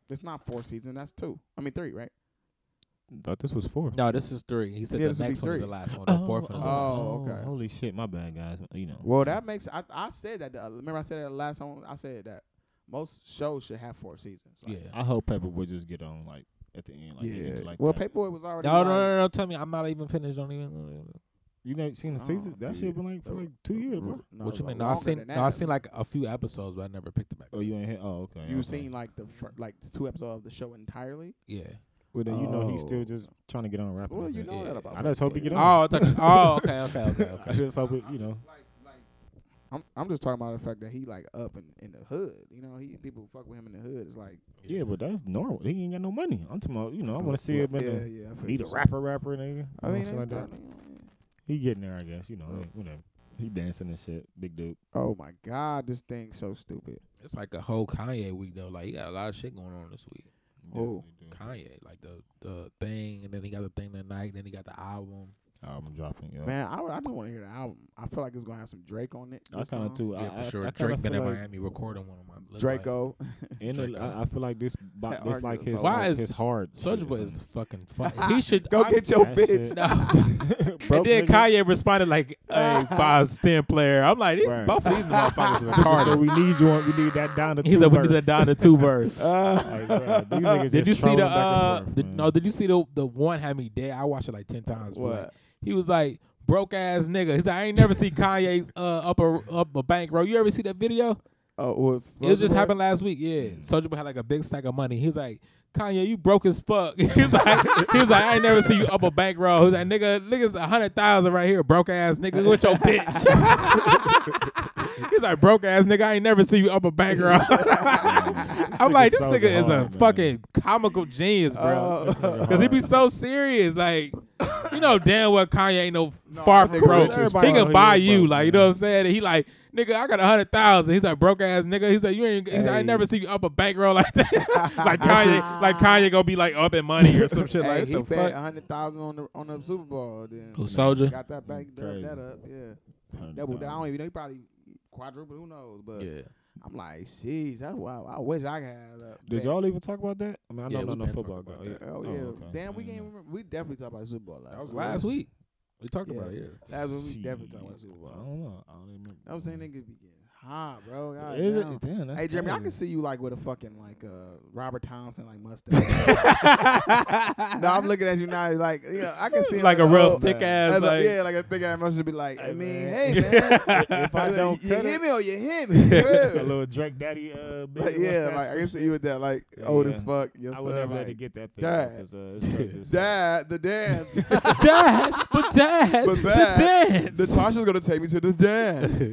It's not four season. That's two. I mean three, right?
Thought this was fourth.
No, this is three. He said
Yeah, this
the
would be
next one is
three.
the last one. The fourth one is the last. one.
Oh, okay.
Holy shit, my bad, guys. You know.
Mm.
Well, that makes. I I said that. The, remember, I said that last time. I said that most shows should have four seasons. Like,
Yeah.
I hope Pepper would just get on like at the end, like they ended like
well,
that.
Paperboy was already.
No, no,
like-
no, no. Tell me, I'm not even finished. Don't even.
you know, seen the
Oh,
season? That
yeah.
shit been like for like two years, bro.
No,
what
it
you
was
mean? No, I
longer
seen.
than
No,
that. Uh,
I seen like a few episodes, but I never picked it back.
Oh,
up.
you ain't here? Oh, okay.
You've
okay.
seen like the fir- like two episodes of the show entirely.
yeah.
Well, then you know he's
Oh.
still just trying to get on rapping.
Well,
that's
you
it.
know that
Yeah.
about.
I just hope he
Paperboy.
get on.
Oh, I thought you- oh, okay, okay, okay,
I
okay.
just hope it, you know.
I'm I'm just talking about the fact that he like up in, in the hood. You know, he people fuck with him in the hood. It's like
Yeah, but that's normal. He ain't got no money. I'm talking about, you know, I want to see him.
yeah,
in
yeah.
the-
I feel
He the
you.
rapper, rapper, nigga.
I mean,
You know,
it's
something like that.
definitely-
he getting there, I guess. You know,
Yeah.
like, whatever. He dancing and shit. Big dude.
oh my god, this thing's so stupid.
It's like a whole Kanye week though. Like he got a lot of shit going on this week.
Oh.
Definitely doing-
Kanye, like the the thing, and then he got the thing that night, and then he got the album.
album Oh, dropping. Yo.
Man, I, would- I just want to hear the album. I feel like it's gonna have some Drake on it.
I
this
kind
time.
of too.
Yeah,
I,
for
I,
sure.
I kinda
Drake been
feel
in
like
Miami recording one of my look like-
Draco.
in the-
Drake,
I, I feel like this, bo-
That
this like
argument
his,
was
Why
like
is
his hard.
Soulja
shit or
Boy is
something.
fucking funny. he should
Go
I-
get your
that
bitch.
shit.
No. and
Both
then
niggas-
Kanye responded like a five stem player. I'm like, these
Right.
both of these motherfuckers
So
retarded.
we need you. On, we need that down to
He's
two
up into the
verse.
down to two verse.
Like, bro, these niggas
Did
just
you see
trolling
the
back and
uh
forth,
the,
man.
no? Did you see the the one had me dead? I watched it like ten times. but
What?
He was like broke ass nigga. He's like, I ain't never see Kanye's uh up a up a bank road. You ever see that video?
Oh, it was,
It was just happened last week. Yeah, Soulja Boy had like a big stack of money. He's like, Kanye, you broke as fuck. He's like, he's like, I ain't never see you up a bank roll. He's like, nigga, niggas a hundred thousand right here, broke ass nigga with your bitch. he's like, broke ass nigga, I ain't never see you up a bank roll. I'm like, this
Soulja
nigga is a
hard, man.
fucking comical genius, bro. Cause
Oh.
he be so serious, like. You know damn well Kanye ain't no, far from
nigga
broke.
is-
He
everybody know
can
he
buy
is
you,
broke,
like you
man.
know what I'm saying. And he like, nigga, I got a hundred thousand. He's like broke ass nigga. He's like, you ain't. He's like, I
Hey.
never see you up a bankroll like that. like Kanye, like Kanye gonna be like up in money or some shit
Hey,
like
he
the
bet
fuck.
a hundred thousand on the on the Super Bowl. Then
Who Soldier?
got that back,
Crazy.
that up, yeah. Double that. I don't even know. He probably quadruple. Who knows? But I'm like, jeez, that's wild. I wish I could have that.
Did
bet.
y'all even talk about that? I mean, I
Yeah,
know
we
I'm not
been
a football guy.
talking
Yeah.
about
Oh yeah.
okay.
Damn, we
Mm.
can't. Remember. We definitely talked about the Super Bowl last.
was
week.
Last week we talked
Yeah.
about it. Yeah.
Last week we definitely
Shit.
talked about the Super Bowl.
I don't know. I don't even remember.
I'm saying niggas be getting hot, bro. God
Is
damn.
it? Damn, that's
Hey Jeremy, I
crazy.
can see you like with a fucking like uh Robert Townsend like mustache. no, I'm looking at you now. He's like, yeah, I can see
Like a
an
real
old-
thick ass.
That's like-
Like,
yeah, like a thick ass must be like. I
Hey,
mean,
man.
hey man,
If I don't
you,
cut
hear
it,
me or you hear me? Yeah.
a little Drake Daddy. Uh, baby
Like, yeah,
mustache
like I
or
can see you with that, like
Yeah,
old
yeah.
as fuck. Yes,
I would
sir,
never let
like,
it get that thing.
Dad.
Because uh, it's crazy. as fuck.
Dad, the dance,
dad, but dad,
But
but
dad,
dad,
the Tasha's gonna take me to the dance.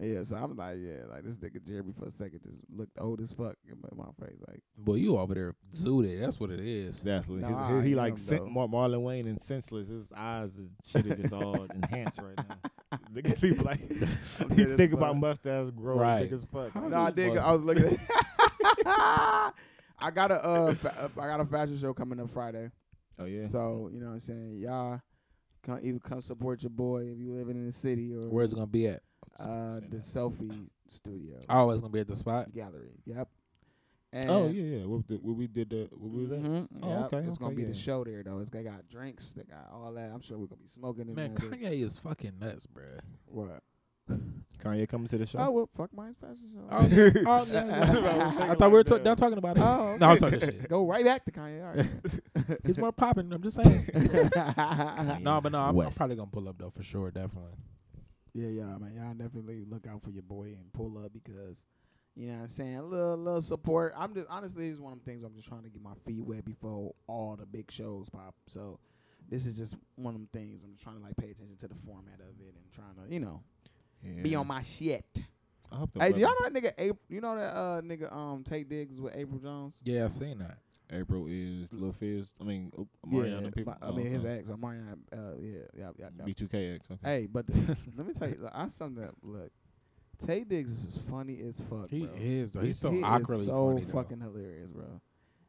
yeah, so I'm like, yeah, like this nigga Jeremy for a second just looked old as fuck in my- my face, like.
Boy, you over there zooted. That's what it is.
That's what- his-
Nah,
he, he
I
like
am,
sen-
though.
Mar- Marlon Wayne and senseless. His eyes and shit is just all enhanced right now. Nigga, he be like he
dead as
think about
fuck.
mustache growing
Right.
big as fuck.
How
Like,
do
No, I
you
did.
bust
I was looking. At I got a uh, fa- I got a fashion show coming up Friday.
oh yeah.
So you know what I'm saying, y'all come even come support your boy if you living in the city or
Where's it gonna be at?
uh the selfie studio
Oh, it's gonna be at the spot.
gallery. Yep. And
oh yeah, yeah. What, the, what we did the what we was that?
mhm,
Oh,
yep,
okay,
It's gonna
okay,
be
yeah.
the show there though. It's they got drinks, they got all that. I'm sure we're gonna be smoking. in
Man,
that bitch.
Kanye is fucking nuts, bro.
What?
Kanye coming to the show.
Oh well, fuck my fashion show.
Oh, yeah. Oh, yeah, yeah. I thought we were ta- done talking about it.
Oh,
No, I'm
okay.
talking shit.
Go right back to Kanye. All right.
It's more popping. I'm just saying.
Kanye
no, but no, I'm, I'm
West.
probably gonna pull up though for sure, definitely.
Yeah, yeah, man. Y'all definitely look out for your boy and pull up because you know what I'm saying, a little little support. I'm just honestly it's one of the things I'm just trying to get my feet wet before all the big shows pop. So this is just one of them things I'm trying to like pay attention to the format of it and trying to, you know, be on my shit.
I hope the
Hey, do y'all
weather-
know that nigga April you know that uh nigga um Tate Diggs with April Jones?
Yeah, I've seen that.
April is Lil Fizz. I mean, oh,
yeah,
Mariana people. Oh,
my- I mean his ex, or Mariana uh yeah, yeah, yeah, yeah.
B2KX. Okay.
Hey, but the, let me tell you, like, I something that look Tay Diggs is funny as fuck.
He
bro.
is though. He's so
he
awkwardly
is so
funny. though.
fucking hilarious, bro.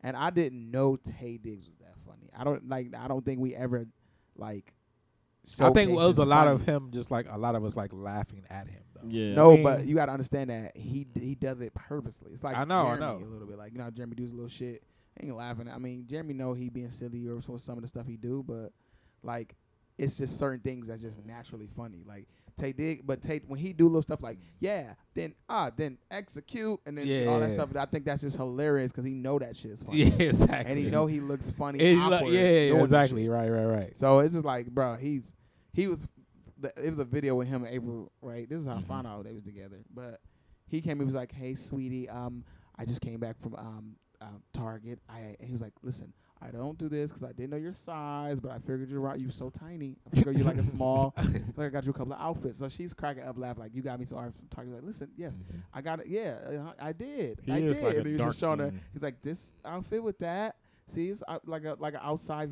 And I didn't know Tay Diggs was that funny. I don't like. I don't think we ever like.
I think it
showcased
was
his
a lot of
funny.
him, just like a lot of us, like laughing at him though.
Yeah.
No,
I mean,
but you got to understand that he d- he does it purposely. It's like
I know, I
Jeremy
know.
a little bit. Like you know, how Jeremy does a little shit. He ain't laughing. I mean, Jeremy know he being silly or some some of the stuff he do, but like it's just certain things that's just naturally funny. Like Tay Dig, but Tay when he do little stuff like yeah, then ah, then execute, and then
Yeah,
all that
yeah,
stuff. I think that's just hilarious because he know that shit is funny.
yeah, exactly.
and he know he looks funny.
And he lo-
awkward
yeah, yeah,
doing this
exactly.
shit.
Right, right, right.
So it's just like, bro, he's he was. th- It was a video with him and April, right? This is how
Mhm.
I found out they was together. But he came, he was like, "Hey, sweetie, um, I just came back from um, um Target. I," and he was like, "Listen." I don't do this because I didn't know your size, but I figured you're right. You're so tiny. I figured you like a small. I figured I got you a couple of outfits. So she's cracking up, laughing like you got me some outfits from Target. Like, listen, yes,
Mhm.
I got it. Yeah, uh, I did.
He
I
is
did.
like a
and he was
dark
just showing her.
skin.
He's like, this outfit with that. See, it's out- like a like an outside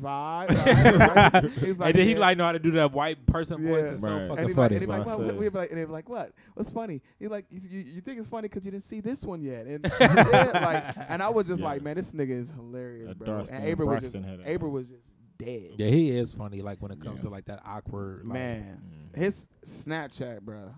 vibe. Right? Right? He's
and then he
yeah.
like know how to do that white person voice.
Yeah.
It's
Right.
so
And
And
fucking
he like,
funny.
and he like,
bro.
what, what,
So-
we be like, and they be like, what? What's funny? He's like, you, you, you think it's funny because you didn't see this one yet? And yeah, like, and I was just like,
Yes.
man, this nigga is hilarious,
A
bro.
dark
And
skin
April was just,
Braxton had a-
April was just dead.
Yeah, he is funny. Like when it comes to like that awkward. Like,
Man,
Mm-hmm.
his Snapchat, bro.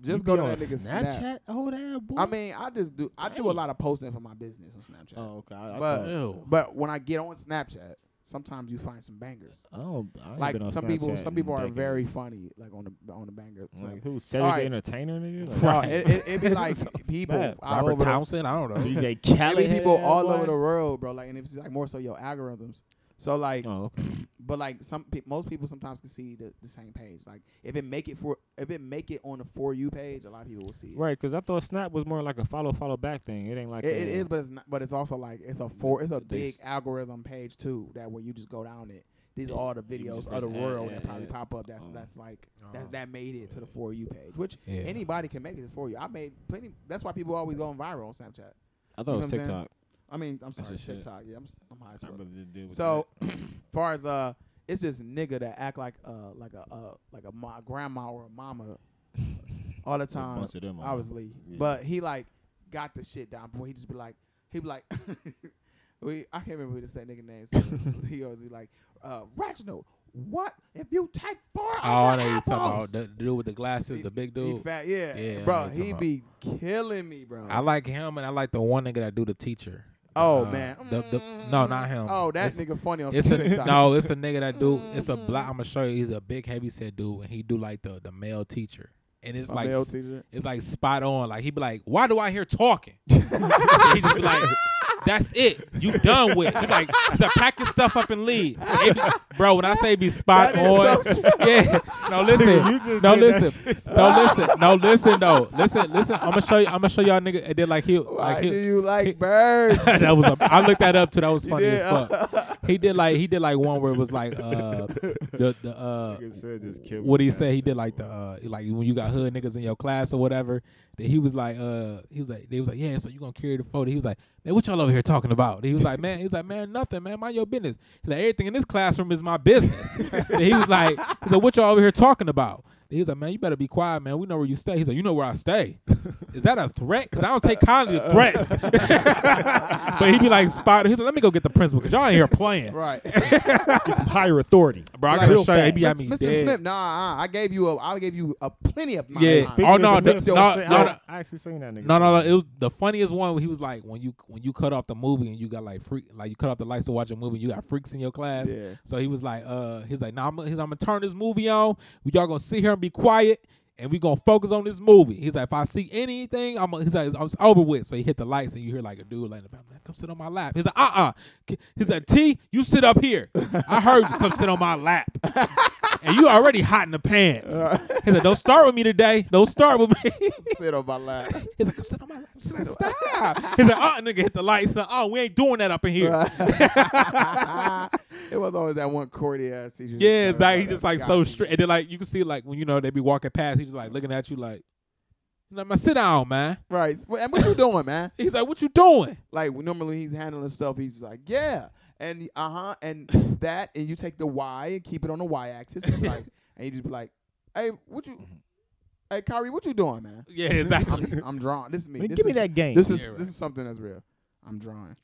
Just go to that nigga's Snapchat.
Snapchat. Oh, that boy.
I mean, I just do. I do a lot of posting for my business on Snapchat.
oh, okay. I, I
but
thought-
Ew.
but when I get on Snapchat, sometimes you find some bangers.
I don't. I ain't
Like
been on
some people,
Snapchat
some people
in
are
decades.
very funny, like on the on the banger.
I'm Like
Like,
who? Cedric
Alright.
the Entertainer, nigga. Like,
no, it, it, it be like
So
people
snap.
all
Robert
over the,
Townsend. I don't know.
DJ
it
Khaled.
be
had
people
that
all
boy.
over the world, bro. Like, and it's like more so your algorithms. So like,
Oh, okay.
but like some pe- most people sometimes can see the, the same page. Like if it make it for if it make it on the for you page, a lot of people will see it.
Right, because I thought Snap was more like a follow, follow back thing. It ain't like
It,
a,
it is, but it's not, but it's also like it's a four. It's a
They
big
s-
algorithm page too. That where you just go down it. These are all the
you just
videos of
press
the
add,
world
add,
that probably
add.
pop up. That
Oh.
that's like
Oh.
that that made it to the for you page, which
Yeah.
anybody can make it for you. I made plenty. That's why people always going viral on Snapchat.
I thought it was
you know what I'm saying?
TikTok.
I mean, I'm
That's
sorry,
just shit.
TikTok. Yeah, I'm s- I'm high as
I'd
fuck.
rather just deal with
So, far as uh, it's just nigga that act like uh like a uh like a ma- grandma or a mama all the
that. A
time.
bunch of them. on there.
obviously.
Yeah.
But he like got the shit down. Boy, he just be like, he be like, we I can't remember who the same nigga name. So he always be like, uh, Reginald, what if you take four
Oh, I
of
know
the
you talking about
apples?
the dude with the glasses, the big
He
dude.
fat, yeah,
Yeah, I know
bro.
who you
He
talking
be killing me, bro.
I like him, and I like the one nigga that do the teacher.
oh
Uh,
man,
the- the- no, not him.
Oh, that
It's-
nigga funny on
It's a
TikTok. Mm-hmm.
no, it's a nigga that do. It's a black. I'm gonna show you. He's a big heavy set dude, and he do like the the male teacher, and it's
A
like
male
s-
teacher.
it's like spot on. Like he be like, why do I hear talking? And he just be like, that's it. You done with. He like, he's like, pack your stuff up and leave. It be- bro, when I say be spot
That
on,
is so
yeah. No,
Nigga, you
listen.
just
No,
did that
listen. No, listen. No, listen. though. listen, listen. I'm gonna show you. I'm gonna show y'all nigga. And then like he,
Why
like
do
he,
you like birds?
that was. A, I looked that up too. That was
You
funny
did,
as fuck. He did like he did like one where it was like uh the the uh
Nigga said just kill me
what he
with that
say? He
shit,
did like
boy.
the uh, like when you got hood niggas in your class or whatever. That he was like, uh, he was like, they was like, yeah. So you gonna carry the photo? He was like, man, what y'all over here talking about? He was like, man, he was like, man, nothing, man, mind your business. He like everything in this classroom is my business. Then he was like, he said, what y'all over here talking about? Then He was like, man, you better be quiet, man. We know where you stay. He's like, you know where I stay. Is that a threat? Cause I don't take kindly to threats. but he be like, spot. He's like, let me go get the principal, cause y'all ain't here playing.
right.
Get some higher authority.
Bro, I
Like,
gotta
real
show you. He
fast.
be at me
Mr.
dead.
Smith, nah, uh, I gave you a, I gave you a plenty of my
Yeah.
time.
Oh, no,
Speaking of
no,
Mr. Smith,
no,
I-
no.
I actually seen that nigga.
No, no, no. It was the funniest one. When he was like, when you when you cut off the movie and you got like freak, like you cut off the lights to watch a movie. You got freaks in your class.
Yeah.
So he was like, uh, he's like, nah, I'm, he's, I'm gonna turn this movie on. Y'all gonna sit here and be quiet, and we gonna focus on this movie. He's like, if I see anything, I'm. gonna- He's like, it's over with. So he hit the lights, and you hear like a dude like, come sit on my lap. He's like, uh, uh He's like, T, you sit up here. I heard you come sit on my lap. And you already hot in the pants. He's like, don't start with me today. Don't start with me.
sit on my lap.
He's like, I'm sitting on my lap. She's like, stop. He's like, oh, nigga, hit the lights. Like, oh, we ain't doing that up in here.
it was always that one cordy ass teacher.
Yeah, it's like he just like so straight. And then like you can see like when you know they be walking past, he just like looking at you like, like man, sit down, man.
Right. S- And what you doing, man?
He's like, what you doing?
Like normally he's handling stuff. He's like, yeah, and uh huh, and that, and you take the Y and keep it on the Y axis, and, like, and you just be like, hey, what you, hey, Kyrie, what you doing, man?
Yeah, exactly.
I'm, I'm drawing. This is me.
Man,
This
give me
is-
that game.
This is
Yeah, right.
this is something that's real. I'm drawing.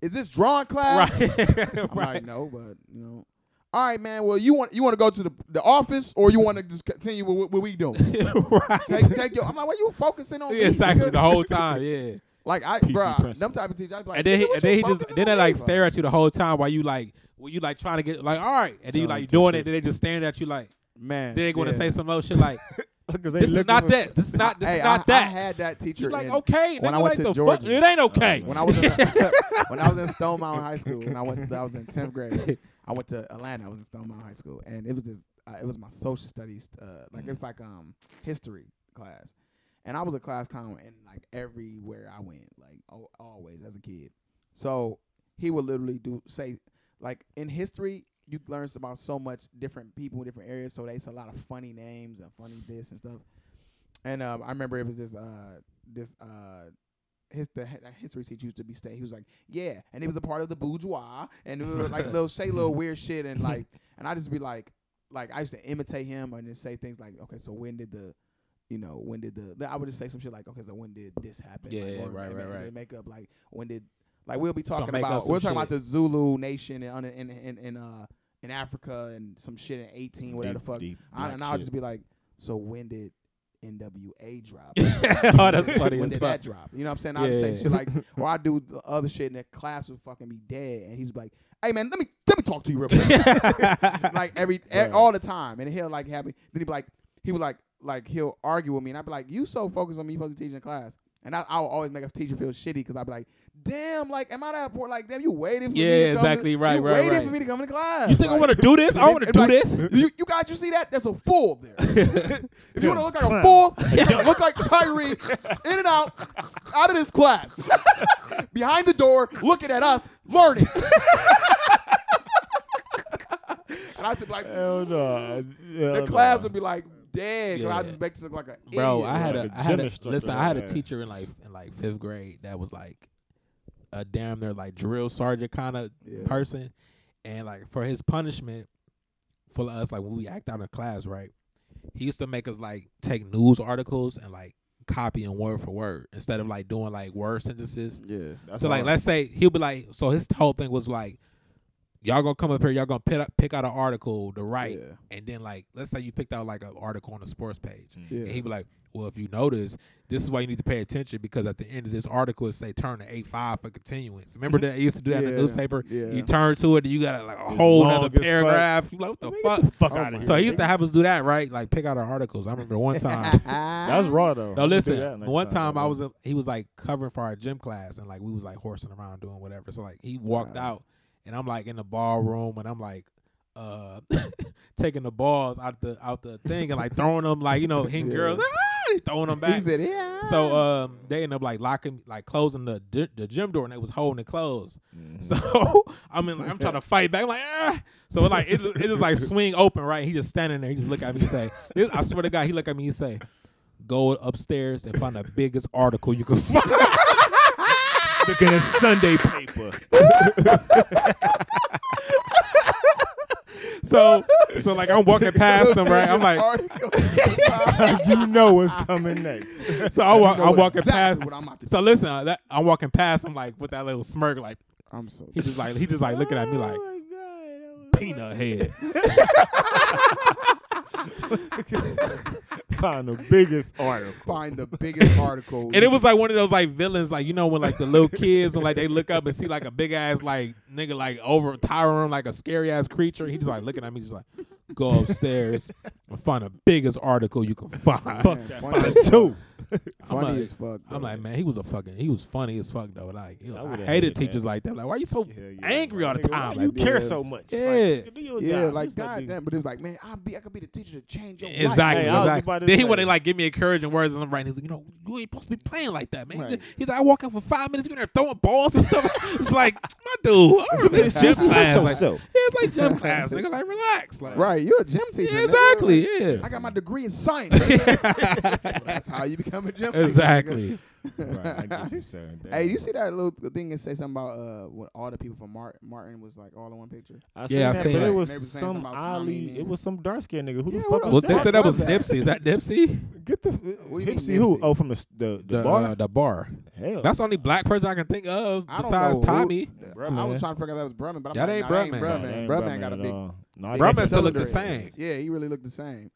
Is this drawing class?
right.
I'm
right.
like, no, but you know. All right, man. Well, you want you want to go to the, the office or you want to just continue with what, what we doing?
right.
take take your. I'm like, why you focusing on me?
Yeah, exactly.
nigga?
The whole time, yeah.
Like I,
Peace
bro,
and principle.
them type of teachers. I be like,
and then, he,
nigga, what
and then
you
he just,
focusing
then
on
they
me
like
for?
stare at you the whole time while you like, when you like trying to get like, all right, and then you
Trying
like
to
doing it,
shit.
then they just staring at you like,
Man,
then they gonna
yeah.
say some other shit like,
Because
this is not that, this is not, this
hey,
is not
I,
that.
I had that teacher.
You like
in-
okay?
when
When
I
I like
went to
the fuck,
Georgia-
it ain't okay.
when I was in, when I was in Stone Mountain High School when I went I was in tenth grade. I went to Atlanta. I was in Stone Mountain High School, and it was this. Uh, it was my social studies. Uh, like it was like um history class, and I was a class clown, and like everywhere I went, like al always as a kid. So he would literally do say like in history. You learn about so much different people in different areas, so there's a lot of funny names and funny this and stuff. And um, I remember it was this uh, this uh, his the that history teacher used to be stay. He was like, yeah, and it was a part of the bourgeois, and it was like little say little weird shit, and like, and I just be like, like I used to imitate him and just say things like, okay, so when did the, you know, when did the, I would just say some shit like, okay, so when did this happen?
Yeah,
like,
yeah, right,
and-
right,
and
right.
Make up like when did. Like we'll be
So
talking
make up
about
some
we're talking about
shit.
the Zulu nation and un- and and, and uh in Africa and some shit in 18, whatever
Deep-
the fuck.
deep
I,
black
and I'll
shit.
just be like, so when did NWA drop?
oh, that's funny
when
as
did
fuck.
that drop? You know what I'm saying? I'll just
Yeah.
say shit like, or I do the other shit and the class would fucking be dead. And he's like, hey man, let me let me talk to you real quick. like every e-
Right.
all the time, and he'll like have me. Then he'd be like, he would like like he'll argue with me, and I'd be like, you so focused on me supposed to teach in class. And I, I'll always make a teacher feel shitty because I'd be like, "Damn, like, am I that poor? Like, damn, you waited for me
Yeah,
to come
exactly.
To,
Right,
you
right,
waited
right.
for me to come to class.
You think I
Like-
want to do this? I want to
it's
do
like,
this.
You, you guys, you see that? That's a fool there. if you want to look like
Clown.
a fool, look like Kyrie, in and out, out of this class, behind the door, looking at us, learning. and I said, like,
Hell no.
the class would be like, dead. 'cause I
Yeah.
just make this look like an
bro.
idiot.
I had
Like
a,
a
I had
gym
a
instructor
listen.
out
I had a
there.
teacher in like in like fifth grade that was like a damn near like drill sergeant kind of
Yeah.
person, and like for his punishment for us like when we act out in class, right? He used to make us like take news articles and like copy them word for word instead of like doing like word sentences.
yeah.
so like let's say he'll be like, so his whole thing was like. Y'all gonna come up here. Y'all gonna pick, up, pick out an article to write,
Yeah.
and then like, let's say you picked out like an article on the sports page,
Yeah.
and he'd be like, "Well, if you notice, this is why you need to pay attention because at the end of this article it say turn to A five for continuance. Remember that they used to do that in
Yeah,
the newspaper.
yeah.
You turn to it, and you got like a whole
long as
nother
fuck.
paragraph. You like what the fuck?
fuck
Oh
out
my
of here.
So he used to have us do that, right? Like pick out our articles. I remember one time.
That's raw though.
No,
I'm gonna do
listen.
that next
One time I was, in- he was like covering for our gym class, and like we was like horsing around doing whatever. So like he walked out, and I'm like in the ballroom, and I'm like, uh, taking the balls out the out the thing and like throwing them like you know hitting
Yeah.
girls, ah, they throwing them
He
back.
said, yeah.
So um, they ended up like locking, like closing the d- the gym door, and they was holding it closed.
Mm-hmm.
So I mean, like, I'm trying to fight back, like ah. So like it, it just like swing open, right? He just standing there. He just look at me and say, this- "I swear to God," he look at me. He say, "Go upstairs and find the biggest article you can find."
Look at a Sunday paper.
So so like I'm walking past him, right? I'm like,
you know what's coming next.
so I walk, I'm walking
exactly
past.
what I'm about to
so listen, uh, that, I'm walking past him like with that little smirk, like
I'm so.
he just like he just like looking at me like peanut head.
Find the biggest article.
find the biggest article.
And it was like one of those like villains, like you know when like the little kids when like they look up and see like a big ass like nigga like over towering him, like a scary ass creature. He just like looking at me, just like go upstairs and find the biggest article you can find.
Man, funny as fuck.
Two.
Funny
like-
as fuck.
I'm
bro.
like, man, he was a fucking, he was funny as fuck though. Like, you know,
I
I
would've
hated
hated that.
teachers like that. Like, why are you so
Hell yeah.
angry all the
Nigga, why
time?
you
Like,
Yeah.
care so much.
Yeah.
Like, do your
yeah,
job.
like
Just let me-
goddamn. But it was like, man, I'll be, I could be the teacher to change your life.
Exactly.
Hey, I was
exactly.
about to
Then he
say.
would like give me encouraging words, and I'm right. He's like, you know, you ain't supposed to be playing like that, man.
Right.
He's like, I walk out for five minutes, you're in there throwing balls and stuff. it's like, my dude, I remember this gym
Just let
class. Like, yeah,
yourself.
it's like gym class, nigga. Like, relax. Like,
Right, you're a gym teacher.
Yeah,
nigga.
exactly. Yeah.
I got my degree in science. nigga. That's how you become a gym teacher. nigga.
Exactly.
Right, I get you, sir.
Hey, you see that little thing and say something about uh, when all the people from Mar- Martin was like all in one picture?
I
Yeah, I
that,
seen
but
that.
it was
They were saying
some
something about Tommy,
Ali.
man.
It was some dark skinned nigga. Who
Yeah,
the fuck
what the
Well,
was
fuck?
they said that was
was that?
Nipsey. Is that Nipsey?
Get the
What do you mean,
Nipsey who?
Nipsey?
Oh, from the the, the
The
bar.
uh, the bar.
Hell,
That's the only black person I can think of
I don't
besides
know who-
Tommy.
Bruh,
I
man.
was trying to figure out that was Brumman, but I'm
That
like,
ain't
nah, that ain't
Brumman.
Brumman.
ain't
Brumman got a
at
big.
all. No,
big
I
Brumman still look the
cylinder
same.
head. Yeah, he really looked the same.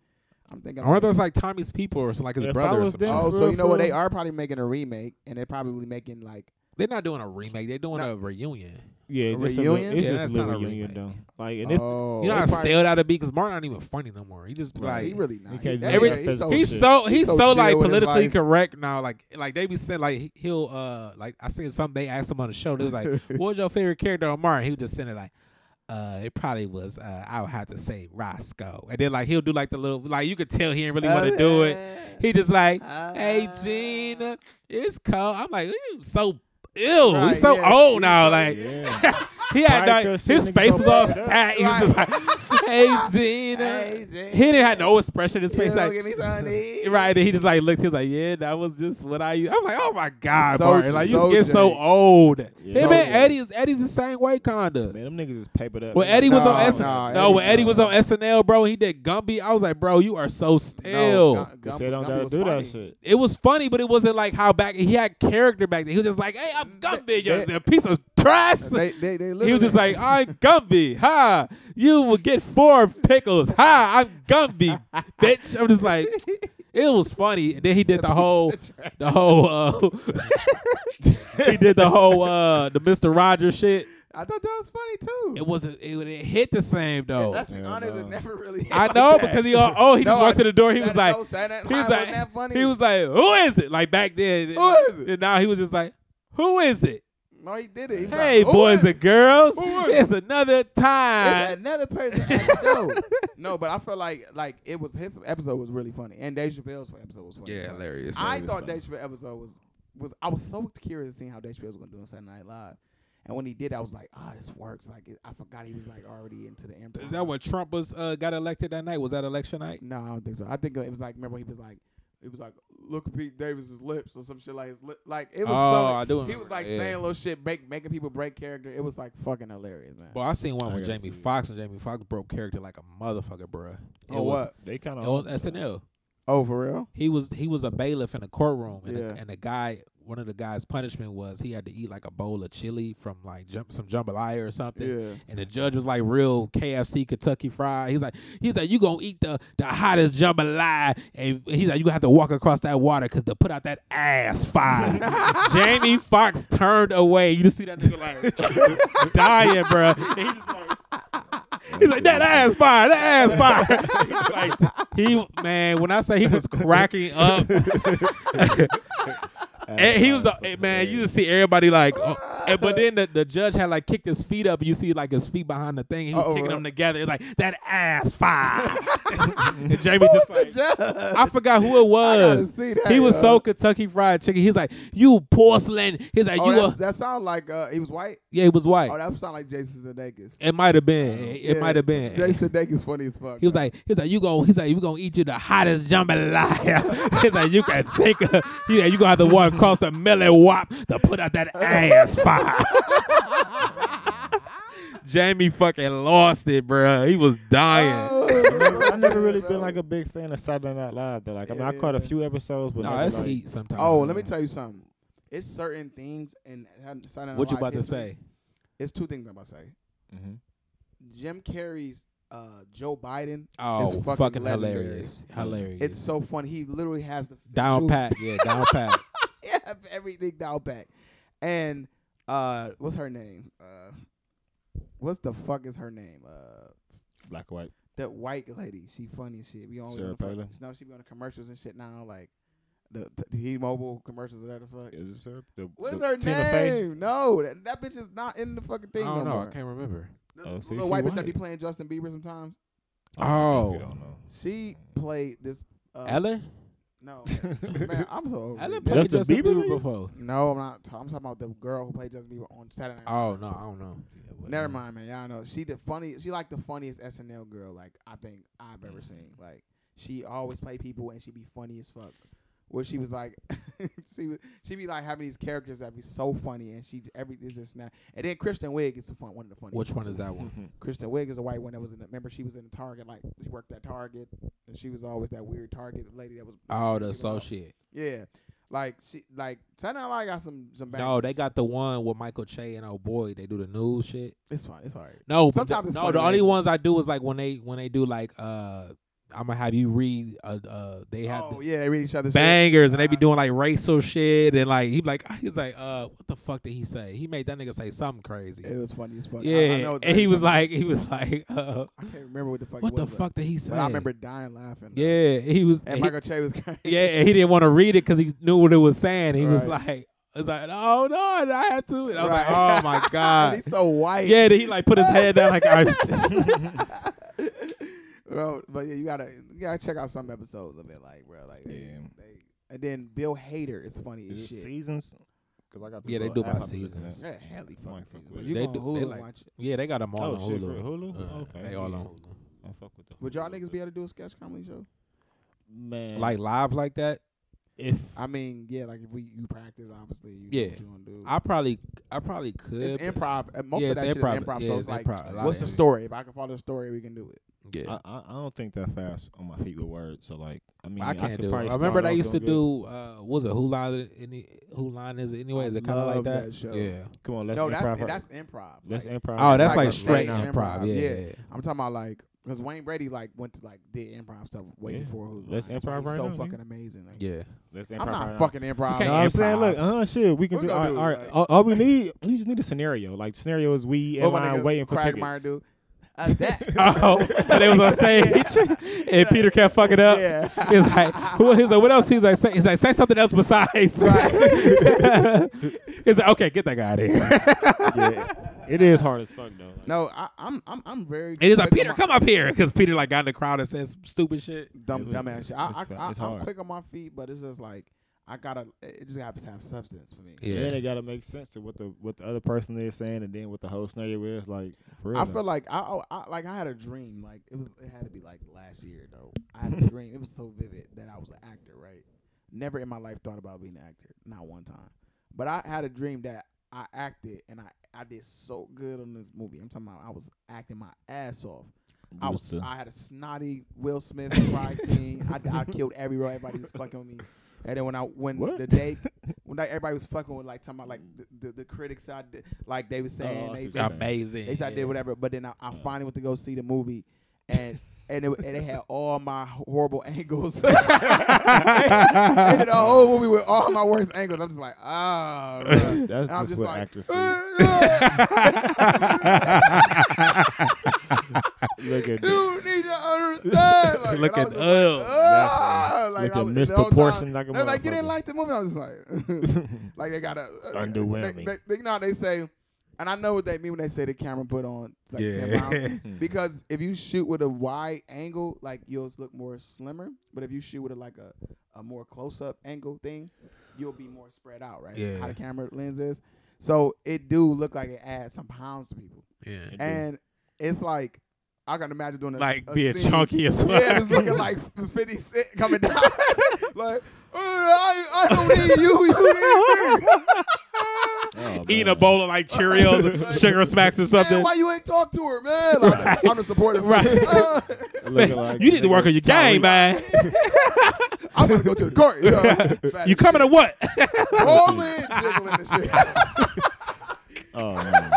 I'm thinking.
I wonder if
like-
it's like Tommy's people or some- like his
If I
brother or
was
some
them-
shit.
Oh,
For
so
real,
you know what?
for
They
real.
are probably making a remake, and they're probably making like
They're not doing a remake. They're doing a reunion.
Yeah, just a
reunion?
little, it's
Yeah,
just
that's
a little
not a
reunion though.
remake.
Like, and if
oh,
You know
they
how
probably-
stale that'd be because Martin not even funny no more. He just be
Right,
like
he really not.
He can't do
that
every-
nigga, he's so
Oh,
he's
shit.
so he's,
He's
so,
so
like
chill with his
politically
life.
correct now. Like like they be saying like he'll uh like I seen something they asked him on the show. They was like, "What was your favorite character on Martin?" He was just saying it like, "Uh, it probably was uh I would have to say Roscoe." And then like he'll do like the little like you could tell he didn't really want to do it. He just like, "Hey
Uh,
Gina, it's cold." I'm like, "You so ill.
Right,
he's so
yeah,
old
he's
now.
so-
like."
yeah,
He had
Right,
not,
cause
his
see, niggas
face
so
was all
fucked up.
fat. He was just like, "Hey Gina,"
Hey, Gina.
he didn't have no expression. in His
You
face
know,
like,
give me some honey.
right? And he just like looked. He was like, "Yeah, that was just what I." Used. I'm like, "Oh my god,
So-
Martin! Like you
so
get so
jank.
old." Him
So
and
jank.
Eddie is Eddie's the same way, kinda.
man, them niggas is papered up.
When Eddie was on
No,
SNL,
no,
no, when
Eddie's
Eddie was on
not.
SNL, bro, he did Gumby. I was like, "Bro, you are so stale."
Gum-
They
Gum-
say don't
Gumby
gotta
was
do
funny.
that shit.
it was funny, but it wasn't like how back he had character back then. He was just like, "Hey, I'm Gumby,
They-
you're a piece of trash.
They, they, they
He
literally-
was just like, I'm Gumby. Ha! You will get four pickles. Ha! I'm Gumby, bitch. I'm just like, it was funny. And then he did the whole, the whole, uh, he did the whole, uh, the Mr. Rogers shit.
I thought that was funny too.
It wasn't, it, it hit the same though.
Let's be honest, it never really. hit
I
like
know
that.
because he, all, oh, he
No,
just walked
I-
to the door. He was
Saturday-
like,
no, Saturday
he was
Night
like,
wasn't that funny.
he was like, who is it? Like back then.
Who is it?
And now he was just like, who is it?
no, he did it. He was
Hey,
like, "Who
boys
is it?
and girls,
Who is it?
it's another time.
It's another person. at the door. No, but I feel like like it was his episode was really funny, and Dave Chappelle's episode was funny. as well.
hilarious.
I thought Dave Chappelle episode was was I was so curious to see how Dave Chappelle was gonna do on Saturday Night Live, and when he did, I was like, ah, this works. Like it, I forgot he was like already into the improv.
Is that what Trump was uh, got elected that night? Was that election night?
No, I don't think so. I think it was like remember he was like it was like look at Pete Davis's lips or some shit like his lip. Like it was.
Oh,
so,
I do
He
remember
was like
that, yeah.
saying little shit, break, making people break character. It was like fucking hilarious, man.
Bro, I seen one
I
with
gotta
Jamie
see it.
Foxx, and Jamie Foxx broke character like a motherfucker, bro.
Oh, what?
They kind
It was
of
SNL.
Oh, for real?
He was he was a bailiff in a courtroom, and,
Yeah.
the, and the guy, one of the guys' punishment was he had to eat like a bowl of chili from like jump, some jambalaya or something.
Yeah.
And the judge was like real KFC Kentucky fried. He's like, he's like, you gonna eat the the hottest jambalaya, and he's like, you gonna have to walk across that water because to put out that ass fire. Jamie Foxx turned away. You just see that nigga like dying, bro. And he just like. He's like that ass fire, that ass fire. He's like, he man, when I say he was cracking up, and he was uh, man. You just see everybody like, oh. and, but then the, the judge had like kicked his feet up. and You see like his feet behind the thing. and He was
Uh-oh,
kicking
right.
them together. It's like that ass fire. and Jamie just like, I forgot who it
gotta
was.
see that,
he was so
yo.
Kentucky Fried Chicken. He's like, you porcelain. He's like,
Oh,
you.
that's,
A,
that sound like uh, he was white.
yeah, he was white.
Oh, that sound like Jason Sudeikis.
it might have been. It, it
Yeah,
might have been.
Jason Sudeikis funny as fuck.
He was like, he's like, you go, he's like, we gonna eat you the hottest jambalaya. he's like, you can think of, he's like, you gonna have to walk across the melon wop to put out that ass fire. Jamie fucking lost it, bruh. He was dying.
Oh.
I never really been like a big fan of Saturday Night Live. Though, like I mean, I
Yeah.
caught a few episodes, but
no,
never,
that's
like,
heat sometimes.
Oh, let me tell you something. It's certain things and
What you about to say?
It's two things I'm about to say.
Mhm.
Jim Carrey's uh, Joe Biden.
Oh,
is
fucking,
fucking, legendary.
hilarious, hilarious.
It's so funny. He literally has the
down
juice.
pat, yeah, down pat.
He have everything down pat. And uh, what's her name? Uh, what's the fuck is her name? Uh,
black or white.
that white lady. She funny as shit. We always
Sarah
on the fuck-
Palin?
No, she be on the commercials and shit now. Like the t- T-Mobile commercials or whatever the fuck.
Is it Sarah? The,
What
the
is her
Tina Fey?
name? No, that, that bitch is not in the fucking
I
thing
don't
no
know. I
more.
can't remember.
The
Oh, so
little
she
white bitch that
white.
be playing Justin Bieber sometimes.
Oh.
I don't know.
She
Mm.
played this. Uh,
Ellen,
No, man, I'm so. Over
Ellen
it.
played
Justin
Justin
Bieber
Bieber before.
No, I'm not. I'm talking about the girl who played Justin Bieber on Saturday Night.
Oh no, I don't know.
Never mind, man. Y'all know she the funny. She like the funniest SNL girl. Like I think I've
Mm.
ever seen. Like she always play people and she be funny as fuck. Where she was like, she was, she be like having these characters that be so funny and she every is just now. And then Kristen Wiig is the fun, one of the funniest.
Which one
ones,
is that one?
too. Kristen Wiig is a white one that was in. The, remember she was in the Target. Like she worked at Target and she was always that weird Target lady that was.
Oh, the
Give it up.
associate.
Yeah, like she like Saturday Night Live got some some. Bangers.
No, they got the one with Michael Che and old boy. They do the news shit.
It's fine. It's alright.
No, but
Sometimes
the,
it's
no.
funny,
The only
man.
ones I do is like when they when they do like uh, I'm gonna have you read uh, uh they have
Oh
the
yeah, they read each other's shit.
bangers and they be
Uh,
doing like racial shit and like he be like he's like uh what the fuck did he say? He made that nigga say something crazy.
It was funny as fuck. I-
yeah,
I, know it's
and he was
funny.
like he was like uh,
I can't remember what the fuck.
what
it
the
was,
fuck did he say?
But I remember dying laughing. though.
Yeah, he was.
And
he-
Michael Che was crazy.
yeah, and he didn't want to read it because he knew what it was saying. He was
Right.
like, "It's like, oh no, I have to." And I was
Right.
like, "Oh my god!"
And he's so white.
Yeah, then he like put his head down like I
Bro, but yeah, you gotta you gotta check out some episodes of it, like bro, like they,
Yeah.
they, and then Bill Hader is funny
Is
as
it
shit.
seasons? Cause I got
Yeah, they
little
do
app
by
I'm looking at.
seasons.
Yeah, hell, he fucking
Mike
season.
fuck with
You
it. They
going
do-
Hulu
they
and
like-
watch it.
Yeah, they got them all
Oh
on
shit,
Hulu.
for Hulu?
Uh,
Okay.
They all on Hulu.
I fuck with the
Would
Hulu
y'all
a little
niggas be
bit.
able to do a sketch comedy show?
man?
Like live like that.
if
I mean, yeah, like if we you practice, obviously, you
Yeah.
know what you gonna do.
I probably I probably could.
it's
but-
improv. uh, Most
Yeah,
of
it's
that shit
improv.
is improv.
Yeah,
so
it's
it's like,
improv. A lot
what's
of
the
it.
story? If I can follow the story, we can do it.
Yeah.
I, I, I don't think that fast on my feet with words. So like, I mean,
I, can't
could
do
probably
it. I remember
start
they
off
used to
doing good.
do uh what was it who line any who line is it anyway?
I
Is it kinda like
love
that?
that show.
Yeah.
Come on, let's
no,
improv.
that's
her.
that's improv.
let's
Like,
improv.
Oh,
her.
that's
like
like,
a
straight
stage
improv.
improv,
Yeah,
yeah.
yeah. yeah.
I'm talking about like because Wayne Brady like went to like did improv stuff way
Yeah.
before Who's
Let's
Line. That's why
improv
he's
right
so
now, nigga.
fucking amazing. Like,
Yeah.
Let's improv.
I'm
her.
not fucking improv.
You know
can't
what I'm saying? Look, uh huh, shit. We can
What
do
we
all
gonna
right,
do,
all, right.
like-
all, all we need, we just need a scenario. Like, scenario is we in
What oh, my
line
nigga
waiting for
Quagmire
tickets.
do? Uh, that.
Oh, and they was on stage, and Peter kept fucking up.
Yeah.
He's like, what, he's like, what else? He's like, say, he's like, say something else besides. he's like, okay, get that guy out of here.
yeah. It is hard as fuck, though. Like,
No, I, I'm I'm I'm very.
And he's like,
quick
Peter,
on
come
my,
up here, because Peter like got in the crowd and said some stupid shit.
Dumb
It's-
dumbass. shit. I,
it's-
I, I,
it's
I'm
hard.
quick on my feet, but it's just like I gotta. It just has to have substance for me.
Yeah.
And it gotta make sense to what the what the other person is saying, and then what the whole scenario is. Like, for real.
I
though.
feel like I, oh, I like I had a dream. Like it was it had to be like last year though. I had a dream. It was so vivid that I was an actor, right? Never in my life thought about being an actor. Not one time. But I had a dream that I acted and I, I did so good on this movie. I'm talking about I was acting my ass off. I
You
was
the-
I had a snotty Will Smith cry scene. I, I killed every role. Everybody was fucking with me. And then when I when
What?
the day when like, everybody was fucking with like talking about like the, the, the critics I did, like they was saying
Oh, I see
they,
what you're saying.
Amazing.
they said I did whatever, but then I, I finally went to go see the movie, and and it, and it had all my horrible angles. they, they did a whole movie with all my worst angles. I'm just like, ah.
That's,
bruh.
that's
And I'm
just, what actors do. Look at that.
You need to understand. Like,
Look
and I
at
was just
Ugh.
like, ah,
Nothing.
like,
Look
I
at
was- the whole time,
misproportion like a
They're like, you didn't
motherfucker.
like the movie. I was just like, like they got a
Underwhelming.
They, they, they, no, they say, and I know what they mean when they say the camera put on it's like ten
Yeah.
pounds because if you shoot with a wide angle, like you'll look more slimmer. But if you shoot with a, like a a more close up angle thing, you'll be more spread out, right?
Yeah.
How the camera lens is, so it do look like it adds some pounds to people,
Yeah.
and it's like I can imagine doing a,
Like
a
being
scene-
chunky as fuck.
yeah, it was looking like it was 50 Cent coming down. like, "Uh, I, I don't need you. You need me.
Oh,
Eating a
man.
bowl of like Cheerios, sugar smacks, or something.
Man, why you ain't talk to her, man? Like, I'm the supportive.
Right.
friend. Uh,
Looking like-
you need to work on your
Tyrese-
game, man.
I'm going to go to the court. You, know? Fat
You coming or what?
Rolling, jiggling and shit.
Oh, man.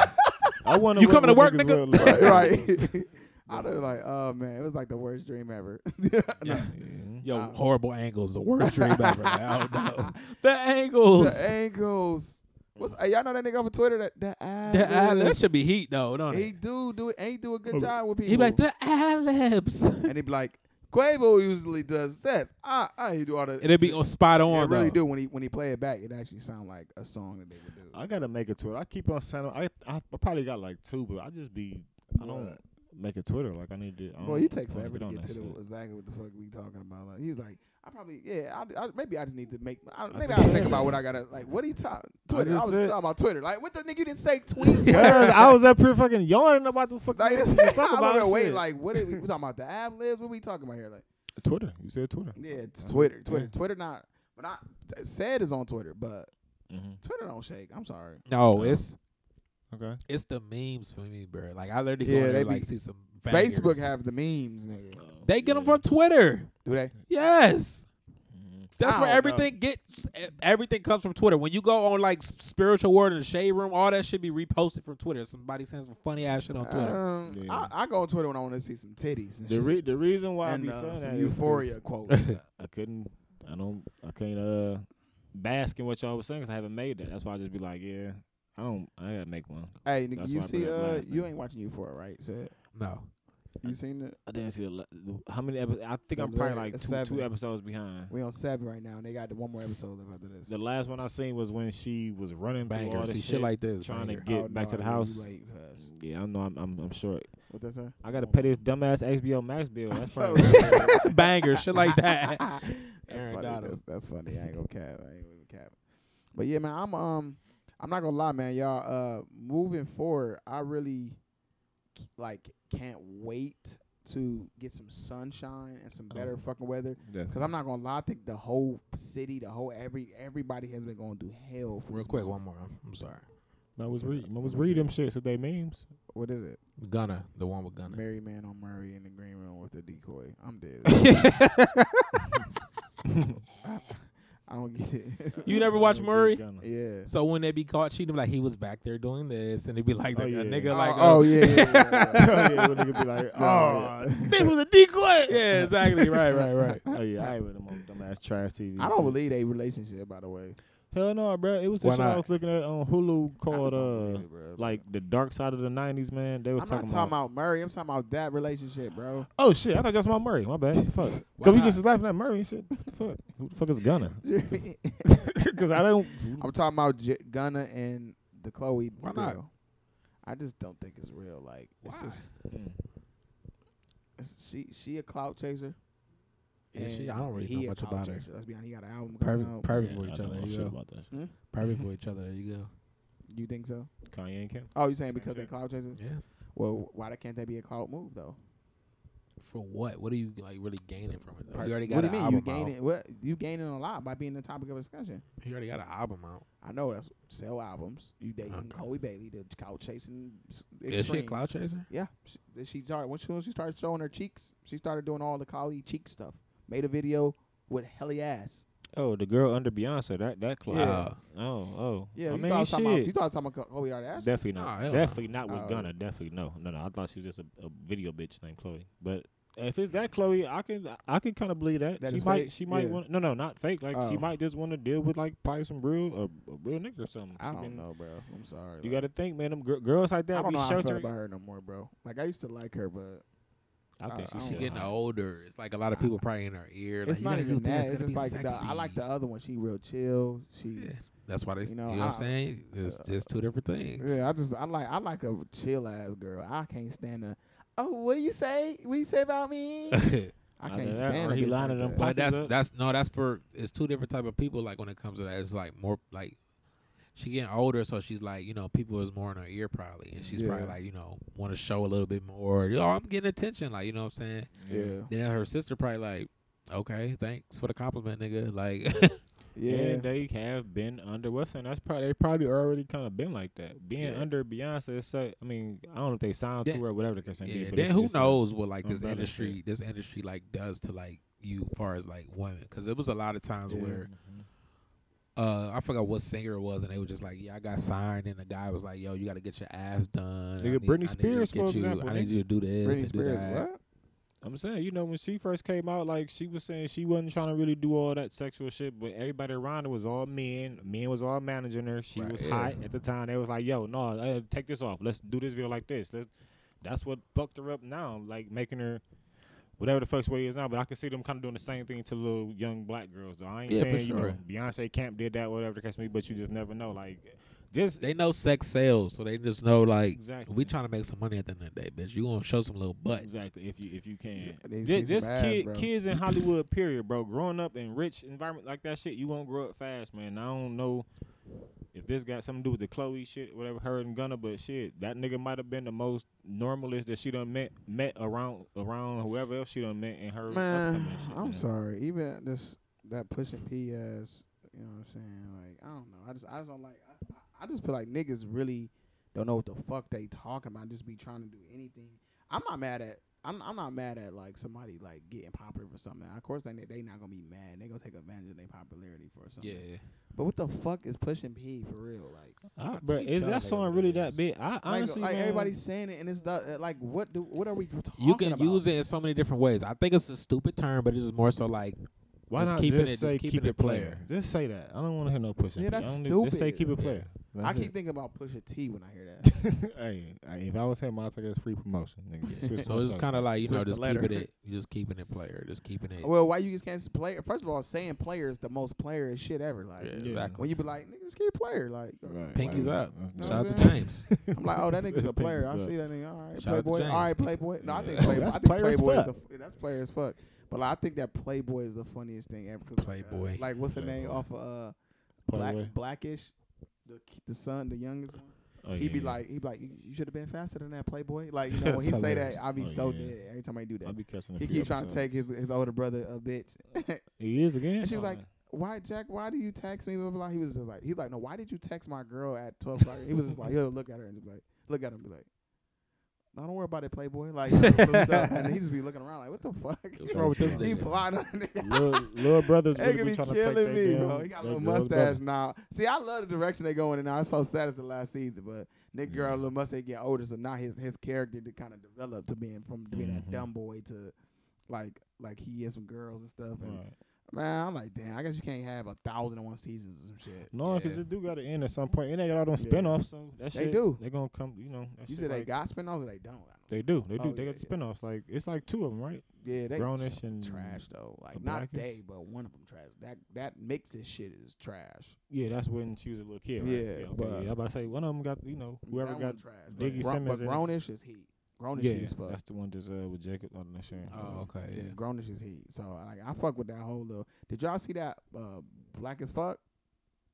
I wonder
You
what-
coming to
what
work,
niggas real life-
nigga?
right. right. I was like, oh, man, it was like the worst dream ever. No.
Yo, horrible angles. The worst dream ever. I don't know. The angles.
The angles. What's, hey, y'all know that nigga over Twitter? That, that
The ad that should be heat though, don't
He
it?
do, do it. Ain't do a good job with people.
He be like the ad-libs. and
and he'd be like, Quavo usually does this. Ah, ah, he do all the.
it'd be on spot on.
Yeah, it really
though.
do when he when he play it back. It actually sound like a song that they would do.
I gotta make a Twitter. I keep on sending. I, I I probably got like two, but I just be. I don't
What?
make a Twitter. Like I need to. I
Bro,
don't-
you take
I wanna
forever to get
that
to the,
shit.
exactly what the fuck we talking about. Like, he's like, I probably yeah, I, I, maybe I just need to make. I, maybe I will think about what I gotta like. What he talking Twitter? I,
just
was
said-
talking about Twitter. Like, what the nigga you didn't say tweet? Twitter?
Cause I was up here fucking yawning about the fucking.
Like,
Like,
this,
talking
I
about
was like, wait,
shit.
like, what are we, we talking about? The ad libs? What we talking about here? Like,
Twitter. You said Twitter.
yeah, it's Twitter, Twitter, Twitter. Not, but not said is on Twitter, but
Mhm.
Twitter don't shake. I'm sorry.
No, it's
Okay.
it's the memes for me, bro. Like I literally
Yeah,
go in
they
there, like
be-
see some
Facebook
bangers.
have the memes, nigga.
they get them from Twitter.
Do they?
Yes. That's
Mm-hmm. I
where
don't know.
everything gets e, everything comes from Twitter. When you go on like spiritual word and shade room, all that should be reposted from Twitter. Somebody sends some funny ass shit on Twitter.
Um,
Yeah.
I, I go on Twitter when I want to see some titties and
The
shit.
re- the reason why I
and
be
uh,
saying that
some
is 'cause
euphoria quote.
I couldn't. I don't. I can't uh bask in what y'all was saying 'cause I haven't made that. That's why I just be like, yeah. I don't. I gotta make one.
hey, nigga,
That's
you
why I
see,
put up
uh,
last
you
thing.
ain't watching Euphoria, right? So
no.
you seen it?
I didn't see the, la- the how many episodes. I think
The
I'm probably
la-
like two,
seven.
two episodes behind.
We on seven right now, and they got one more episode left after this. Oh,
The last one I seen was when she was running through all
Bangers.
this
See shit like this.
trying
banger.
to
Oh,
get back to the house.
Right,
yeah, I know. I'm, I'm, I'm sure.
what that say? Oh.
I gotta pay this dumbass HBO Max bill. That's
So-
probably
banger, shit like that.
That's
Aaron
funny.
Donald.
That's, that's funny. I ain't gonna cap. I ain't gonna cap. But yeah, man, I'm um, I'm not gonna lie, man, y'all. Uh, moving forward, I really c- like can't wait to get some sunshine and
Oh.
some better fucking weather. Cause I'm not gonna lie, I think the whole city, the whole every everybody has been going through hell. For
Real
this
quick,
month.
one more. I'm, I'm sorry.
I was read, I was reading them shits that they memes.
What is it?
Gunner, the one with Gunner.
Mary Man on Murray in the green room with the decoy. I'm dead. I, I don't get it.
You never watch Murray?
yeah.
So when they be caught cheating, be like he was back there doing this, and they be like,
Oh,
a
yeah.
nigga,
oh,
like,
oh,
uh,
yeah, yeah, yeah,
oh,
yeah.
yeah, when nigga be like, oh,
this was a decoy. Yeah, exactly. right, right, right.
yeah. oh yeah, I ain't with them on dumbass trash
Oh,
TV.
I don't
shits.
believe they relationship, by the way.
Hell no, bro. It was the
Why
shit I
not?
was looking at on Hulu
I just
called
don't
uh
believe it, bro.
like the dark side of the nineties, man. They was
I'm not
talking,
talking about Murray. I'm talking about that relationship, bro.
Oh shit, I thought just about Murray. My bad. Fuck.
Why
Cause we
not?
just was laughing at Murray and shit. What the fuck? Who the fuck is Gunna?
I'm
Cause I don't
talking about J- Gunna and the Chloe.
Why
girl.
not?
I just don't think it's real. Like it's just
Mm.
it's, she she a clout chaser.
Yeah, she-
and
I don't really
he
know
a
much
clout
about her.
chaser. Let's be honest. He got an album coming
Perfect,
out.
perfect
Yeah,
for
I
each
don't
other.
know
You
shit
go.
about that shit.
Perfect for each other. There you go.
You think so?
Kanye and Kim.
Oh, you saying because they clout chasers?
Yeah.
Well, why they- can't that be a clout move though?
For what? What are you like really gaining from it? Though? You already got
what do
an
you mean?
album
You gaining what? You gaining a lot by being the topic of discussion.
out. You already got an album out.
I know that's sell albums. You dating
Okay.
Chloe Bailey, the clout chasing s-
Is she a
extreme.
cloud chaser?
Yeah, she, she started when she, when she started showing her cheeks. She started doing all the cloudy cheek stuff. Made a video with helly ass.
Oh, the girl under Beyonce, that that clout.
Yeah.
Oh, oh.
Yeah,
I
you
mean,
thought I was
shit.
talking about you thought I was talking about Khloe Kardashian.
definitely
Nah,
not.
hell no.
definitely not with
Oh,
Gunna. Definitely no, no, no. I thought she was just a, a video bitch named Chloe. But if it's that Chloe, I can I can kind of believe that.
That
she
is
might
fake?
she might
Yeah.
want no no not fake. Like she
Oh.
might just want to deal with like probably some real a, a real nigga or something.
I
She
don't
been-
know, bro. I'm sorry.
You
like,
got to think, man. Them gir- girls like
I
that
don't
be
know how I feel
sheltered.
about her no more, bro. Like I used to like her, but
I think she
I- I
she's
don't
She
know.
getting older. It's like a lot of people probably in her ear.
it's
like, you
not
gotta do things
even that.
that's
It's
gonna
just
be
like the, I like
sexy.
the other one. She real chill. She
Yeah. That's why they.
You
You
know,
know, what I'm
I-
saying? It's just two different things.
Yeah, I just I like I like a chill ass girl. I can't stand a oh what you say? What you say about me? I
Either
can't
that
stand
or
a
he
bitch
lying
like
to them pop-
that.
Pump is
but that's
up.
that's no, that's for it's two different type of people. Like when it comes to that, it's like more like she getting older, so she's like you know people is more in her ear probably, and she's probably
Yeah.
like you know want to show a little bit more. Yo, I'm getting attention, like you know what I'm saying.
Yeah,
Then her sister probably like, okay, thanks for the compliment, nigga. Like
yeah.
And they have been under what's and that's probably they probably already kind of been like that. Being
Yeah.
under Beyonce, it's like, I mean, I don't know if they signed
Yeah.
to her, whatever the case may be.
yeah,
but
then
it's-
who
it's like-
knows what like
on
this
balance
industry this industry like does to like you far as like women because it was a lot of times
Yeah.
where uh I forgot what singer it was and they were just like yeah I got signed and the guy was like yo you got to get your ass done I
Nigga,
need-
Britney
I need you to
Spears,
get
for
you-
example,
I need
nigga.
you to do this
Britney
and do
Spears,
that
what?
I'm saying, you know, when she first came out, like she was saying she wasn't trying to really do all that sexual shit, but everybody around her was all men. Men was all managing her. She
Right,
was
yeah.
hot at the time. They was like, "Yo, no, uh, take this off. Let's do this video like this." Let's. That's what fucked her up now, like making her whatever the fuck's way is now. But I can see them kind of doing the same thing to little young black girls. Though I ain't
Yeah, for
saying you know
sure.
Beyonce Camp did that, whatever the case may be, but you just never know. Like, just
they know sex sells so they just know like
Exactly.
we trying to make some money at the end of the day bitch you gonna show some little butt
Exactly. If you if you
Yeah,
can,
they
Ju-
see
just,
some ass,
kid,
bro.
kids in Hollywood. Period, bro. Growing up in rich environment like that shit, you won't grow up fast, man. I don't know if this got something to do with the Chloe shit, whatever her and Gunna, but shit, that nigga might have been the most normalist that she done met met around around whoever else she done met in her.
Man,
upcoming shit,
I'm
man.
sorry. Even this that pushing P ass, you know what I'm saying? Like I don't know. I just I just don't like. I, I- I just feel like niggas really don't know what the fuck they talking about. Just be trying to do anything. I'm not mad at. I'm I'm not mad at like somebody like getting popular for something. Of course they they not gonna be mad. They gonna take advantage of their popularity for something.
yeah
But what the fuck is pushing P for real? Like
I, bro,
keep
is
telling
that
niggas
song
what
really
it
that
is.
big? I
like-
honestly,
like,
man,
everybody's saying it and it's the, uh, like what do what are we talking
you can
about?
use it in so many different ways I think it's a stupid term but it's just more so like
Why
just
not
keeping
just
it-
say
just keeping
keep
it
it player?
player.
Just say that. I don't want to hear no pushing.
Yeah,
P. I
that's
don't need- Just say keep
stupid.
it player.
I
That's
keep
it.
thinking about Pusha T when I hear that.
hey, hey, if I was him, I'd take it as free promotion. Nigga. Switch
So it's
my
kind
social.
of like you know,
Switch the
just
letter.
keeping it, you just keeping it player, just keeping it.
Well, why you just can't player? First of all, saying player is the most playerist shit ever. Like
yeah,
yeah.
Exactly.
when you be like, nigga, just keep player. Like
Pinkies up.
know
Shout
what
out
I'm
to James.
I'm like, oh, that nigga's a
Pinkies
player. I
up.
see that nigga. All right,
Shout out to
Playboy.
James.
All right, Playboy. No, I think
Yeah.
Playboy.
That's
I think
player as
Playboy is
fuck.
the, that's player as fuck. But I think that Playboy is the funniest thing ever. 'cause, like, uh,
Playboy.
like what's her name
Playboy.
off of uh, Black
Playboy.
Blackish, the ki- the son, the youngest one.
Oh,
He'd be
yeah.
like, he'd be like, you, you should have been faster than that, Playboy. Like you know, when he
That's
say
hilarious.
that, I'd be
Oh,
so
yeah.
dead every time I do
I
that.
be catching. a
He
few
keep trying to
episodes.
take his his older brother a bitch.
He is again.
And she was
Oh,
like,
man.
why Jack? Why do you text me? Blah blah. blah. He was just like, he's like, no. Why did you text my girl at twelve o'clock? he was just like, yo, look at her and just be like, look at him, be like. No, don't worry about it, Playboy. Like, you know, looked up, and he just be looking around like, "What the fuck?"
What's wrong with this
he
nigga?
plotting on it.
little, little brothers
They
really
could
be
be
trying to take their
killing me,
damn-
bro. He got a
their
little
girl's
mustache
brother.
now. See, I love the direction they going in now. I was so sad as the last season, but Nick Girl, little mustache getting older, so now his his character to kind of develop to being from being
Mm-hmm.
that dumb boy to like like he is with girls and stuff. And
Right.
man, I'm like, damn, I guess you can't have a thousand and one seasons or some shit.
No, because it do got to end at some point. It ain't got all them
Yeah.
spinoffs, so that
They
shit,
do.
They gonna come, you know. that
You
shit
said they
like-
got spinoffs or they don't.
They do. They do.
Oh,
they
yeah,
got the spinoffs. Like it's like two of them, right?
Yeah, they
Grownish and
trash though. Like
the
not
Blackish?
they, but one of them trash. That that mixes shit is trash.
Yeah, that's when she was a little kid. Right?
Yeah,
okay,
but-
yeah. I about to say one of them got you know whoever
That
got
one trash.
Diggy
but, Gro-
Simmons
but
in it.
Grownish is heat. Grownish
yeah.
heat as fuck.
That's the one that's uh with Jacob on the show.
Oh, okay,
Yeah,
yeah.
Grownish is heat. So like, I fuck with that whole little. Did y'all see that uh, Black as Fuck?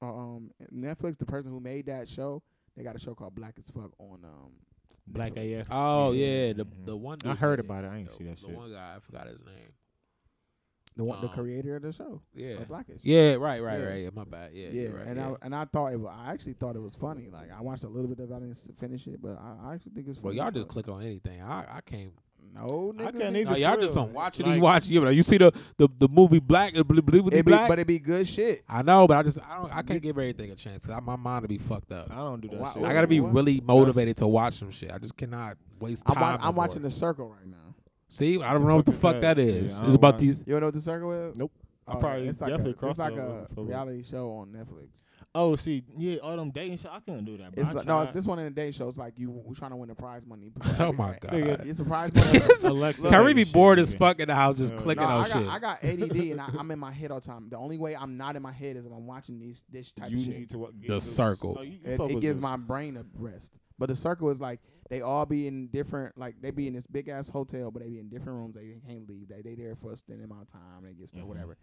Uh, um, Netflix. The person who made that show, they got a show called Black as Fuck on um.
Black
Netflix.
AF.
Oh yeah, the
Mhm.
the one.
I
dude
heard
did
about it. I ain't
The-
see that
The
shit.
one guy, I forgot his name.
The one, the
Um,
creator of the show.
Yeah.
of Blackish.
Yeah, right, right,
Yeah.
right. Yeah, my bad. Yeah,
Yeah,
you're right,
and
yeah.
I and I thought it. wa- I actually thought it was funny. Like I watched a little bit of. it. I didn't s- finish it, but I, I actually think it's.
well,
funny.
y'all just click on anything. I I can't.
No, nigga.
I can't
nigga.
either.
No, y'all just
real.
don't watch it.
Like-
you watch it. Yeah, but you see the the, the movie Black, uh, Blue Blue with
It be,
Black.
but it be good shit.
I know, but I just I don't I can't give everything a chance. 'cause I, my mind will be fucked up.
I don't do that
Why-
shit.
I gotta be
What?
really motivated to watch some shit. I just cannot waste time.
I'm, wa- I'm
on
watching
board.
The Circle right now.
See, I don't
The
know what the
fuck is
fuck
that?
that
See,
is.
I
It's
don't
about
watch-
these.
You don't know what The Circle is?
Nope. I
Oh,
probably
it's like
definitely
a, it's like
crossover
a
for-
reality show on Netflix.
Oh, see, yeah, all them dating shit. I couldn't do that. Bro.
It's
I
like, no,
tried.
this one in the day show. It's like you we trying to win the prize money.
Oh my
Nigga,
god.
It's a prize money.
Alexa.
Can we be
shit,
bored as
nigga.
fuck in the house just
Yeah.
clicking
No,
on
I got
shit?
I got ADD and I, I'm in my head all the time. The only way I'm not in my head is if I'm watching these this type
You
of shit.
need to wa- get
The
loose.
circle.
Oh, you- you
it,
fuck
it
with
gives
loose.
my brain a rest. But the circle is like they all be in different, like they be in this big ass hotel, but they be in different rooms. They can't leave. They they there for a certain amount of time. They get stuff,
Mhm.
whatever.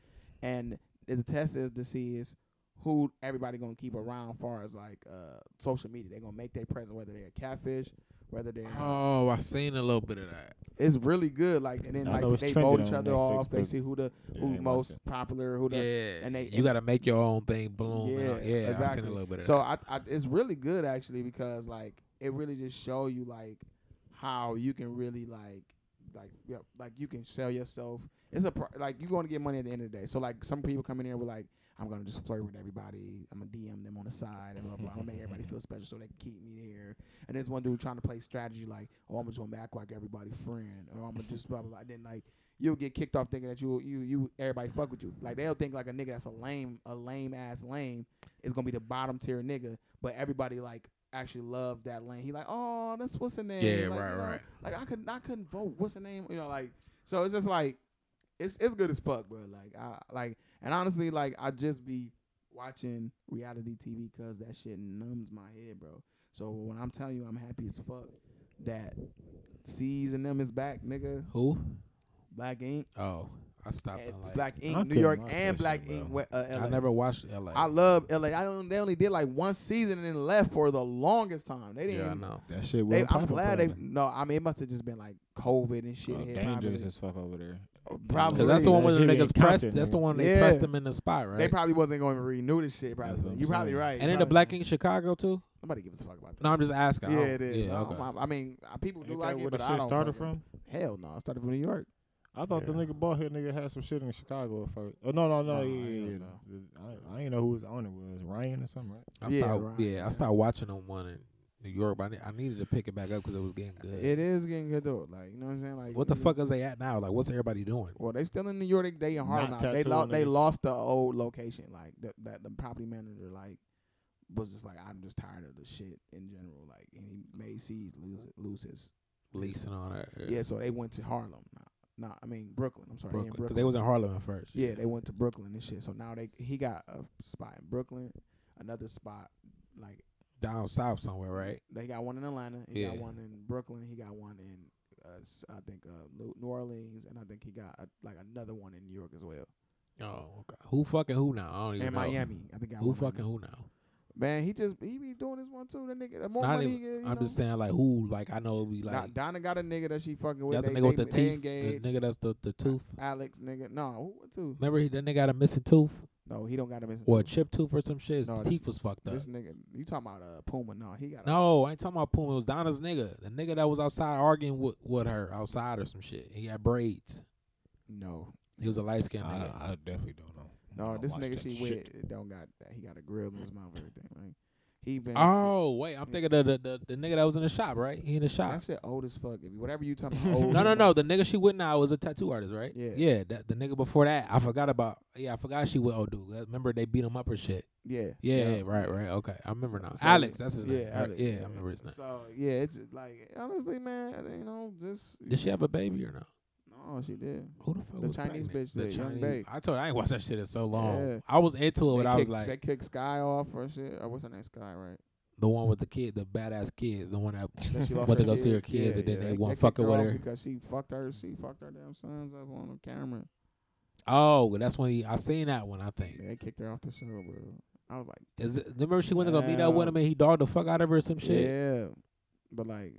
And the test is to see is who everybody gonna keep around, far as like uh, social media. They gonna make their present, whether they're a catfish, whether they're.
Uh-huh.
Oh, I seen a little bit of that.
It's really good. Like and then
I
like
know it's
they
trending
vote each
on
other
Netflix,
off. They
but-
see who the
Yeah, I
who
ain't watch
most
it.
popular, who the
yeah,
and they-
you got to make your own thing bloom. Yeah,
Yeah,
yeah, I seen
exactly.
a little bit of
so
that.
I, I, it's really good actually because like it really just show you like how you can really like like yeah, like you can sell yourself. It's a pro- like you're going to get money at the end of the day. So like some people come in here with like I'm gonna just flirt with everybody. I'm gonna DM them on the side and blah, blah, blah. I'm gonna make everybody feel special so they can keep me here. And there's one dude trying to play strategy like, oh, I'm just gonna act like everybody friend, or I'm gonna just blah blah. blah. And then like you'll get kicked off thinking that you you you everybody fuck with you. Like they'll think like a nigga that's a lame a lame ass lame is gonna be the bottom tier nigga, but everybody like actually love that lane. He like, oh, that's what's the name?
Yeah,
like,
right,
you know,
right.
Like I couldn't I couldn't vote. What's the name? You know, like so it's just like it's it's good as fuck, bro. Like I like and honestly, like I just be watching reality TV because that shit numbs my head, bro. So when I'm telling you, I'm happy as fuck that C's and them is back, nigga.
Who?
Black Ink,
Oh, I stopped. on,
it's
like,
Black
I
Ink, New
couldn't
York,
watch
and
that
Black
shit,
Ink.
bro.
we- Uh, LA.
I never watched LA.
I love LA. I don't. They only did like one season in left for the longest time. They didn't.
yeah, I know.
That shit.
They,
wasn't
I'm
popping
glad they.
probably.
No, I mean it must have just been like COVID and shit.
Oh,
hit
dangerous
probably.
as fuck over there.
Probably.
Cause that's the one where the
That shit
niggas
ain't
pressed.
counted,
That's the
nigga.
one they
Yeah.
pressed them in the spot, right?
They probably wasn't going to renew this
That's
shit.
what
Probably.
I'm
You probably
saying.
right.
and in the
Probably-
Black Ink Chicago too.
Nobody gives a fuck about that.
No, I'm just asking. I
yeah,
don't-
it is.
Yeah,
I
okay.
don't- I, I mean, uh, people do
Ain't
like
that
it,
where
but
the
I
shit
don't.
started
fuck with
from?
it. Hell no, I started from New York.
I thought the
Yeah.
nigga bought here nigga had some shit in Chicago at first. Oh no no no yeah
Oh, hell
yeah. yeah.
no.
I, I didn't know who was on it was Ryan or something right.
I
Yeah,
started,
right,
yeah,
yeah.
I started watching on one in New York, but I, ne- I needed to pick it back up because it was getting good.
It is getting good though. Like you know what I'm saying? Like
What the
you-
fuck is they at now? Like, what's everybody doing?
Well, they still in New York. They, they in Harlem.
Not
now. They
tattooing
lost. They
niggas.
lost the old location. Like the, that, the property manager like was just like, I'm just tired of the shit in general. Like and he made C's lose lose his.
Lease and all that. uh,
Yeah, so they went to Harlem. Now, nah, I meem Brooklyn. I'm sorry, they in
Brooklyn. 'Cause they was in Harlem at first.
Yeah, they went to Brooklyn and shit. So now they he got a spot in Brooklyn, another spot like
down south somewhere, right?
they got one in Atlanta, he got
Yeah.
one in Brooklyn, he got one in uh, s- I think uh, New New Orleans, and I think he got uh like another one in New York as well,
Oh, okay. Who fucking who now? I don't even
and
know.
Miami. I think got
Who
one in-
fucking who now?
man. He just he be doing this one too. The nigga, the more
Not
money,
even-
he get, you
I'm
know?
just saying, like, who? Like, I know we
Nah,
like
Donna got a nigga that she fucking with.
that the
They,
nigga with
they,
the
they
teeth,
engaged.
the nigga that's the the tooth.
Alex nigga, no, who, what too?
Remember he, that nigga got a missing tooth.
No, he don't got him. as a
Or a
two.
chip tooth or some shit. His
No, this-
teeth was fucked up.
This nigga, you talking about uh, Puma? No, he got. a-
No, I ain't talking about Puma. It was Donna's nigga. The nigga that was outside arguing with, with her outside or some shit. He got braids.
no,
He was a light skinned nigga.
I, I definitely don't know.
no.
Don't
This
watch
nigga
that
she
shit.
with it don't got. that. He got a grill in his mouth. and Everything. Like he been.
Oh wait, I'm thinking of the, the the nigga that was in the shop, right? He in the shop.
that shit old as fuck. If- Whatever you talking about. old
No, no,
as
no.
fuck.
The nigga she with now was a tattoo artist, right?
Yeah.
Yeah. That, the nigga before that, I forgot about. Yeah, I forgot she with old dude. I Remember they beat him up or shit.
Yeah.
Yeah. Right. Right. Okay. I remember now.
So-
Alex. That's his
yeah,
name. right?
Alex,
Yeah. I remember his name.
So yeah, it's just like honestly, man, you know, just
Did she have a baby or no?
no, she did.
Who the fuck
The
was
Chinese
pregnant?
bitch did, Young Babe.
I told her I ain't watched that shit in so long.
Yeah.
I was into it, but
they
I was
kicked-
like
they kicked Sky off or shit. Or what's her name? Sky, right?
the one with the kid, the badass kids, the one that
Then she lost
went to
her
go see her kids,
kids.
and then they won't
kicked
fuck with
off
her.
because she fucked her. She fucked her damn sons up on the camera.
Oh, that's when he, I seen that one. I think.
Yeah, they kicked her off the show, bro. I was like,
Is it, remember she went to go meet up with
Yeah.
him and he dogged the fuck out of her or some shit.
yeah, but like,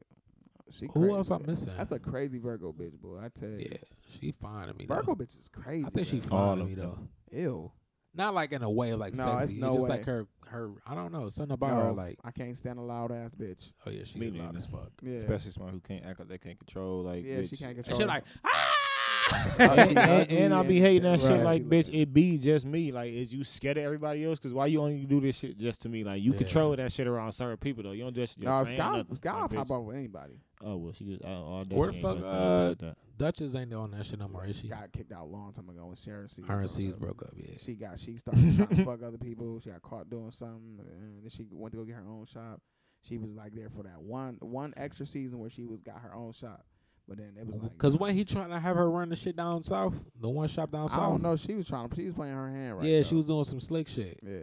she.
Who
crazy,
else I'm
bro.
missing?
That's a crazy Virgo bitch, boy. I tell you,
Yeah, she fine to me. though.
Virgo bitch is crazy.
I think she
bro.
All
fine to
of
me though.
Ew.
Not like in a way of like
No,
sexy.
it's no
just
way.
like her her I don't know, something about her
No,
like
I can't stand a loud ass bitch.
oh yeah, she
Me
is loud
neither.
as fuck.
Yeah,
Especially someone who can't act like they can't control. Like,
yeah, she
bitch.
can't
And
control.
she
Oh, it.
like "Ah!"
and,
Ugly,
and, and I
ugly,
be hating that
and
shit
nasty
like, bitch,
looking.
it be just me. Like, is you scared of everybody else? Because why you only do this shit just to me? Like, you
Yeah.
control that shit around certain people, though. You don't do that shit to your
No,
friend,
Sky,
nothing.
Sky will
Like,
pop
bitch.
out with anybody.
Oh, well, she just, I, I
Where the
definitely ain't
fuck,
fucking with that.
Dutchess ain't on that shit no more, is she?
Got kicked out a long time ago when Sharon Seas
Her and
broke
C's
up.
broke up, yeah.
She got she started trying to fuck other people. She got caught doing something, and then she went to go get her own shop. She was like there for that one one extra season where she was got her own shop, but then it was like
Cause when he trying to have her run the shit down south, the one shop down
I
south.
don't know, she was trying to she was playing her hand right.
yeah,
though.
she was doing some slick shit.
Yeah,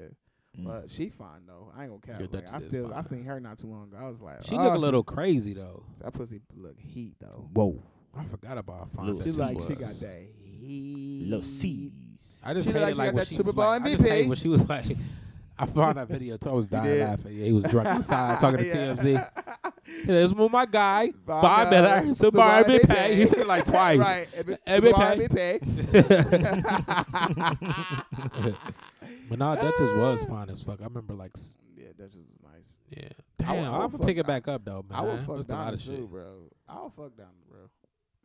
Mm.
but she fine though. I ain't gonna
Yeah,
cap. Like,
that
I
is
still I
fine.
seen her not too long ago. I was like,
She
oh,
look a little crazy though.
That pussy look heat though.
Whoa. I forgot about how fine
Little
that
She
She
bitch
like she
was.
got that heat.
Little C's.
I just
She look
hated
like
like,
she got
when
that
she
Super
was
Bowl
like, I just
MVP.
hated when she was like, I found that video too. I was dying
did?
laughing. Yeah, he was drunk outside talking to
Yeah.
TMZ. Yeah, this was my guy,
Bob
Bob
Miller,
Miller,
Super
Super
Bowl
MVP. He
MVP.
said it like twice.
Right, Ebbe-
Ebbe
Ebbe Pay.
But nah, Duchess was fine as fuck. I remember like, s-
Yeah, that's just nice.
yeah.
I
Damn,
would- I would
I'm gonna
fuck-
pick it back up though, man.
I would fuck
Missed a lot
Donna
of
too,
shit.
bro. I would fuck Donna, bro.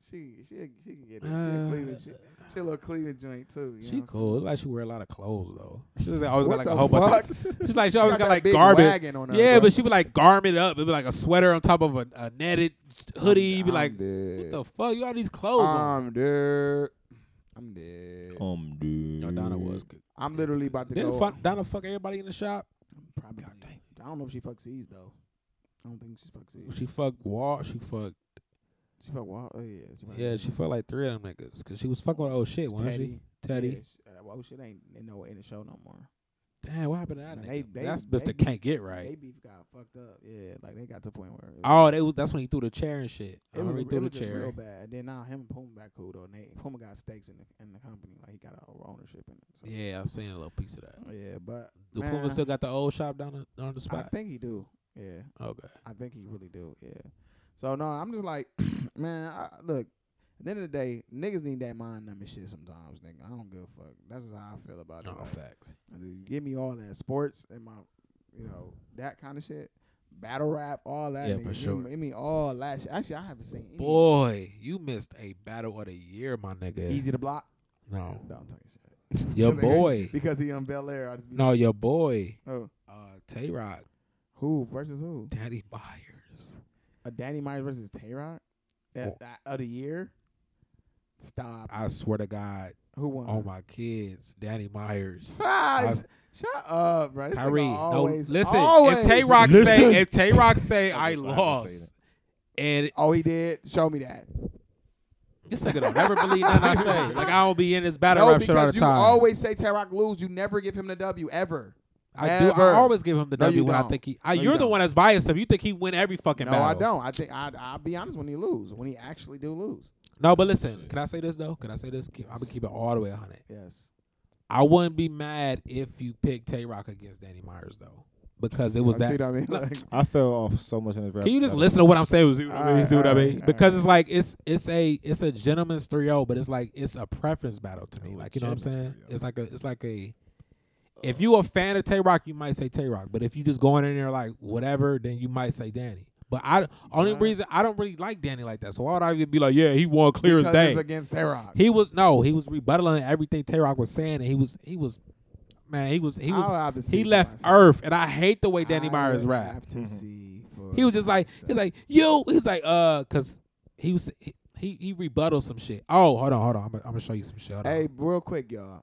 She she she can get it. She a
Uh,
Cleveland. She, she a little Cleveland joint too. You know
She
what I'm
cool. It's like she wear a lot of clothes though. She was like, always
What
got like
the
a whole bunch. Of,
fuck?
she's like she
saying?
always
She
got, like
that big
garbage.
wagon on her,
Yeah,
bro.
but she would like garment up. It'd be like a sweater on top of a, a netted hoodie. You'd be
I'm
like,
dead.
what the fuck? You got these clothes on.
I'm dead. I'm dead.
Um, dude.
No, Donna was good.
I'm literally about to
Didn't
go.
fuck, Donna fuck everybody in the shop?
probably. I don't know if she fucks these though. I don't think she fucks these.
She fucked Walt. She fucked.
She fuck Wall. Oh yeah. She fuck
Yeah, she fucked like three of them niggas. Cause she was fucking with old shit, wasn't
Teddy.
she? Teddy.
Yeah, she, uh, well, shit ain't in no in the show no more.
Damn, what happened to that?
Man,
nigga?
they- they-
that's
they
Mister
be-
Can't Get Right.
They beef got fucked up. Yeah, like they got to the point where it was-
oh, they was, that's when he threw the chair and shit. I
It was,
remember
it
he threw
was
the
just real
chair.
bad. Then now him and Puma back cool though. And they, Puma got stakes in the in the company. Like he got a ownership in it. So.
Yeah, I've seen a little piece of that.
Yeah, but
The
man,
Puma still got the old shop down the, on the
I
spot.
think he do. Yeah,
okay.
I think he really do. Yeah. So no, I'm just like, man, I, look. At the end of the day, niggas need that mind numbing shit sometimes, nigga. I don't give a fuck. That's just how I feel about it.
No
Like,
facts.
give me all that sports and my, you know, that kind of shit, battle rap, all that.
Yeah,
nigga.
for
Give
sure.
me- Give me all that shit. Actually, I haven't seen any
Boy, you missed a battle of the year, my nigga.
easy to block.
No,
Don't talk shit.
your
Because they-
boy.
Because he on Bel Air. I just be
No, your boy.
Oh,
Uh, Tay Rock,
who versus who?
Daddy Byers.
A Danny Myers versus Tay Rock
Oh.
that, that of the year. Stop.
I swear to God,
who won?
all oh my kids, Danny Myers.
Ah,
I-
sh- shut up, bro. This nigga
Kyrie, no,
always,
listen.
always-
If Tay Rock
Listen.
say, if Tay Rock say I
I just wanted to say
lost, and
oh, he did. Show me that.
this nigga don't never believe nothing I say. Like I don't be in this battle
no,
rap shit all the
because you
time.
always say Tay Rock lose. You never give him the W ever.
I do.
Never.
I always give him the
No,
W
you
when I
don't.
think he. I,
No, you
you're the
don't.
one that's biased him. You think he win every fucking
No,
battle.
I don't. I think I, I'll be honest when he lose. When he actually do lose.
No, but listen. Can I say this though? Can I say this? Keep, I'm gonna keep it all the way 100.
Yes.
I wouldn't be mad if you picked Tay Rock against Danny Myers though, because it was
I
that.
See what I mean?
Look,
Like,
I fell off so much in this rap.
Can you just
battle.
listen to what I'm saying? See what I mean?
Alright,
See what I
alright,
mean?
alright.
Because it's like it's it's a it's a oh, gentleman's 3-0, but it's like it's a preference battle to me.
Oh, A
Like you know what I'm saying?
gentleman's Oh. 3-0.
It's like a it's like a If you a fan of Tay Rock, you might say Tay Rock. But if you just going in there like whatever, then you might say Danny. But I only reason I don't really like Danny like that. So why would I even be like, yeah, he won clear
because
as day?
it's against Rock.
He was no, he was rebuttaling everything Tay Rock was saying, and he was he was man, he was he
I'll have to
was
see
he
for
left
myself.
Earth, and I hate the way Danny
I
Myers
would
rap.
Have
Mm-hmm.
to see. for
He was just like he's
myself.
like yo, he's like uh, cause he was he he rebutted some shit. Oh, hold on, hold on, I'm, gonna- I'm gonna show you some shit. Hold on.
hey, real quick, y'all.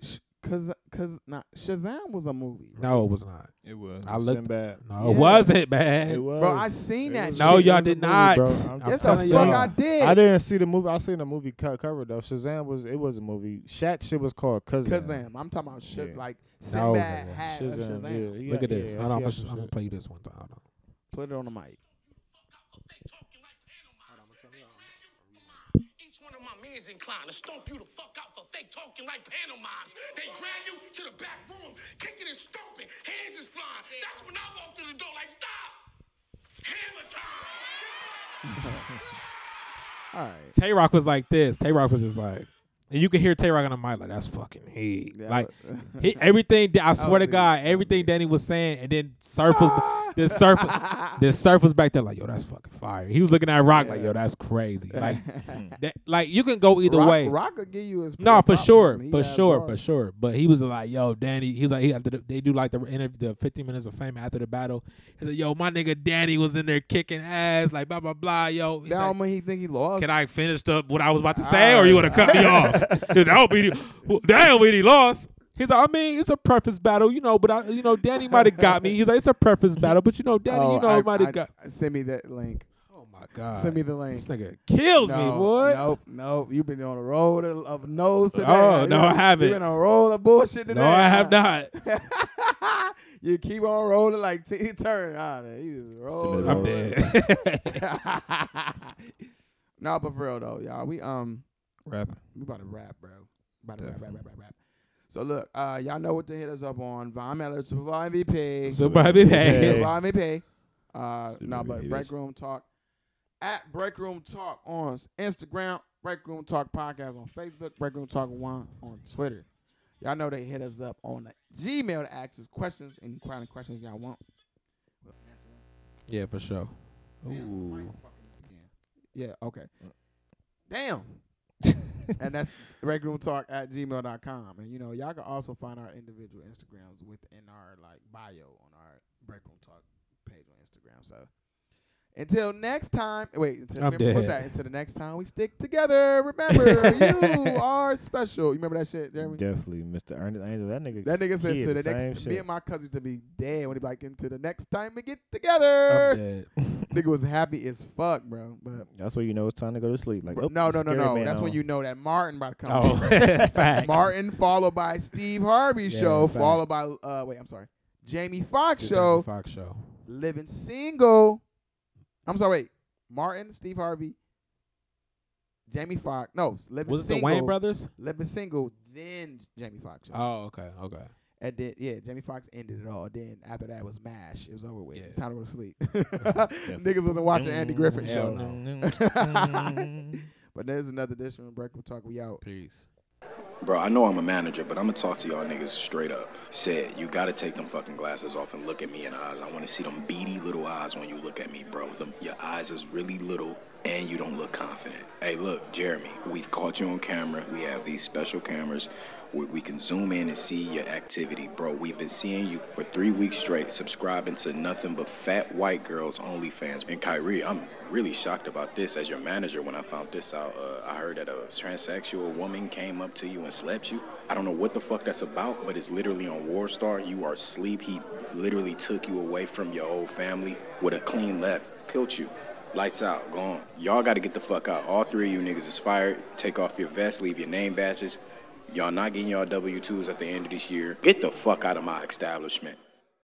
Sh- Cause, cause, nah, Shazam was a movie. Right?
no, it was not.
It was.
I looked.
Sinbad.
No,
Yeah.
it wasn't, man.
It was.
Bro, I seen that
was-
shit.
no,
it
y'all
was a
did
movie,
not.
bro.
I'm
I'm
That's the
telling
fuck
y'all.
I did.
I didn't see the movie. I seen the movie cut cover though. Shazam was it was a movie. Shaq shit was called Kazam.
Kazam. I'm talking about shit
Yeah.
like
No,
Sinbad
nigga.
had a
Shazam.
Shazam.
Yeah, he
Look
got-
at this.
yeah,
Hold on, I'm
he
gonna,
got
sh-
some
I'm gonna
shit.
play you this one time. Hold on.
Put it on the mic.
Each one of my men's inclined to stomp you the fuck out for fake talking like pantomimes. They drag you to the back room, kicking and stomping, hands is flying. That's when I walk through the door like, stop! Hammer time!
All right.
Tay Rock was like this. Tay Rock was just like, and you could hear Tay Rock on the mic like, "That's fucking he."
Yeah,
like he, everything. da- I swear to
it. Ah.
God, everything Danny was saying, and then Surf was the Surf, the Surf was back there like, "Yo, that's fucking fire." He was looking at Rock like, "Yo, that's crazy." Like, that, like you can go either
Rock,
way.
Rock could give you his.
No, for
props,
sure,
man. He
for
had
sure, for
bars.
sure. But he was like, "Yo, Danny." He's like, he after the, they do like the interview, the fifteen minutes of fame after the battle. He's like, "Yo, my nigga Danny was in there kicking ass, like blah blah blah." Yo, He's
That
like,
woman he think he lost.
can I finish the, what I was about to
Ah.
say, or you want to cut me off? Dude, that would be the- damn. We lost. He's like, I mean, it's a preface battle, you know. But I, you know, Danny might have got me. He's like, it's a preface battle, but you know, Danny,
Oh,
you know,
I-
might have
I-
got.
Send me that link.
Oh my god!
Send me the link.
This nigga kills
no,
me, boy.
Nope, nope. You've been on a roll of, of no's today.
Oh,
You
no, I haven't.
You've been on a roll of bullshit today.
No, I have not.
You keep on rolling like T turn. Ah, man, you just roll.
I'm
Oh,
dead.
no, but for real though, y'all, we um
Rapping.
we about to rap, bro. About to rap, rap, rap, rap, rap. So look, uh, y'all know what to hit us up on. Von Miller, Super Bowl MVP.
so, Bobby,
Super
hey,
Bowl MVP. Uh, no, but
MVP.
Break Room Talk at Break Room Talk on Instagram, Break Room Talk Podcast on Facebook, Break Room Talk One on Twitter. Y'all know they hit us up on the Gmail to ask us questions, any kind of questions y'all want.
yeah, for sure.
Yeah, okay.
Uh.
Damn. and that's talk at gmail.com. And you know, y'all can also find our individual Instagrams within our like bio on our break room talk page on Instagram. So until next time wait, until
I'm
remember, what's
dead.
that? Until the next time we stick together. Remember, you are special. You remember that shit, Jeremy?
Definitely, Mr. Ernest Angel. That nigga.
That nigga said
he the
to the
same
next me
shit.
and my cousins to be dead when he be like until the next time we get
I'm
together.
dead.
Nigga was happy as fuck, bro. But
That's when you know it's time to go to sleep. Like,
Bro,
oh,
no, no, no,
scary
no.
man
That's when
on.
you know that Martin about to come.
Oh, facts.
Martin followed by Steve Harvey
Yeah,
show,
fact.
followed by uh wait, I'm sorry, Jamie Foxx
The
show,
Jamie Foxx show.
Living Single. I'm sorry, wait, Martin, Steve Harvey, Jamie Foxx. No, Living
Was it the
Single.
Wayne brothers?
Living Single, then Jamie Foxx show.
Oh, okay, okay.
And then yeah, Jamie Foxx ended it all. Then after that was Mash. It was over with.
Yeah.
It's time to go to sleep. Niggas wasn't watching Andy Griffin
Hell
show.
no.
But there's another edition of Breakfast Talk. We out.
Peace.
Bro, I know I'm a manager, but I'm gonna talk to y'all niggas straight up. Said, you gotta take them fucking glasses off and look at me in the eyes. I wanna see them beady little eyes when you look at me, bro. Them, your eyes is really little and you don't look confident. Hey, look, Jeremy, we've caught you on camera. We have these special cameras where we can zoom in and see your activity, bro. We've been seeing you for three weeks straight, subscribing to nothing but fat white girls OnlyFans. And Kyrie, I'm really shocked about this. As your manager, when I found this out, uh, I heard that a transsexual woman came up to you and slapped you. I don't know what the fuck that's about, but it's literally on Warstar. You are asleep. He literally took you away from your old family with a clean left, killed you. Lights out, gone. Y'all gotta get the fuck out. All three of you niggas is fired. Take off your vests, leave your name badges. Y'all not getting y'all W 2s at the end of this year. Get the fuck out of my establishment.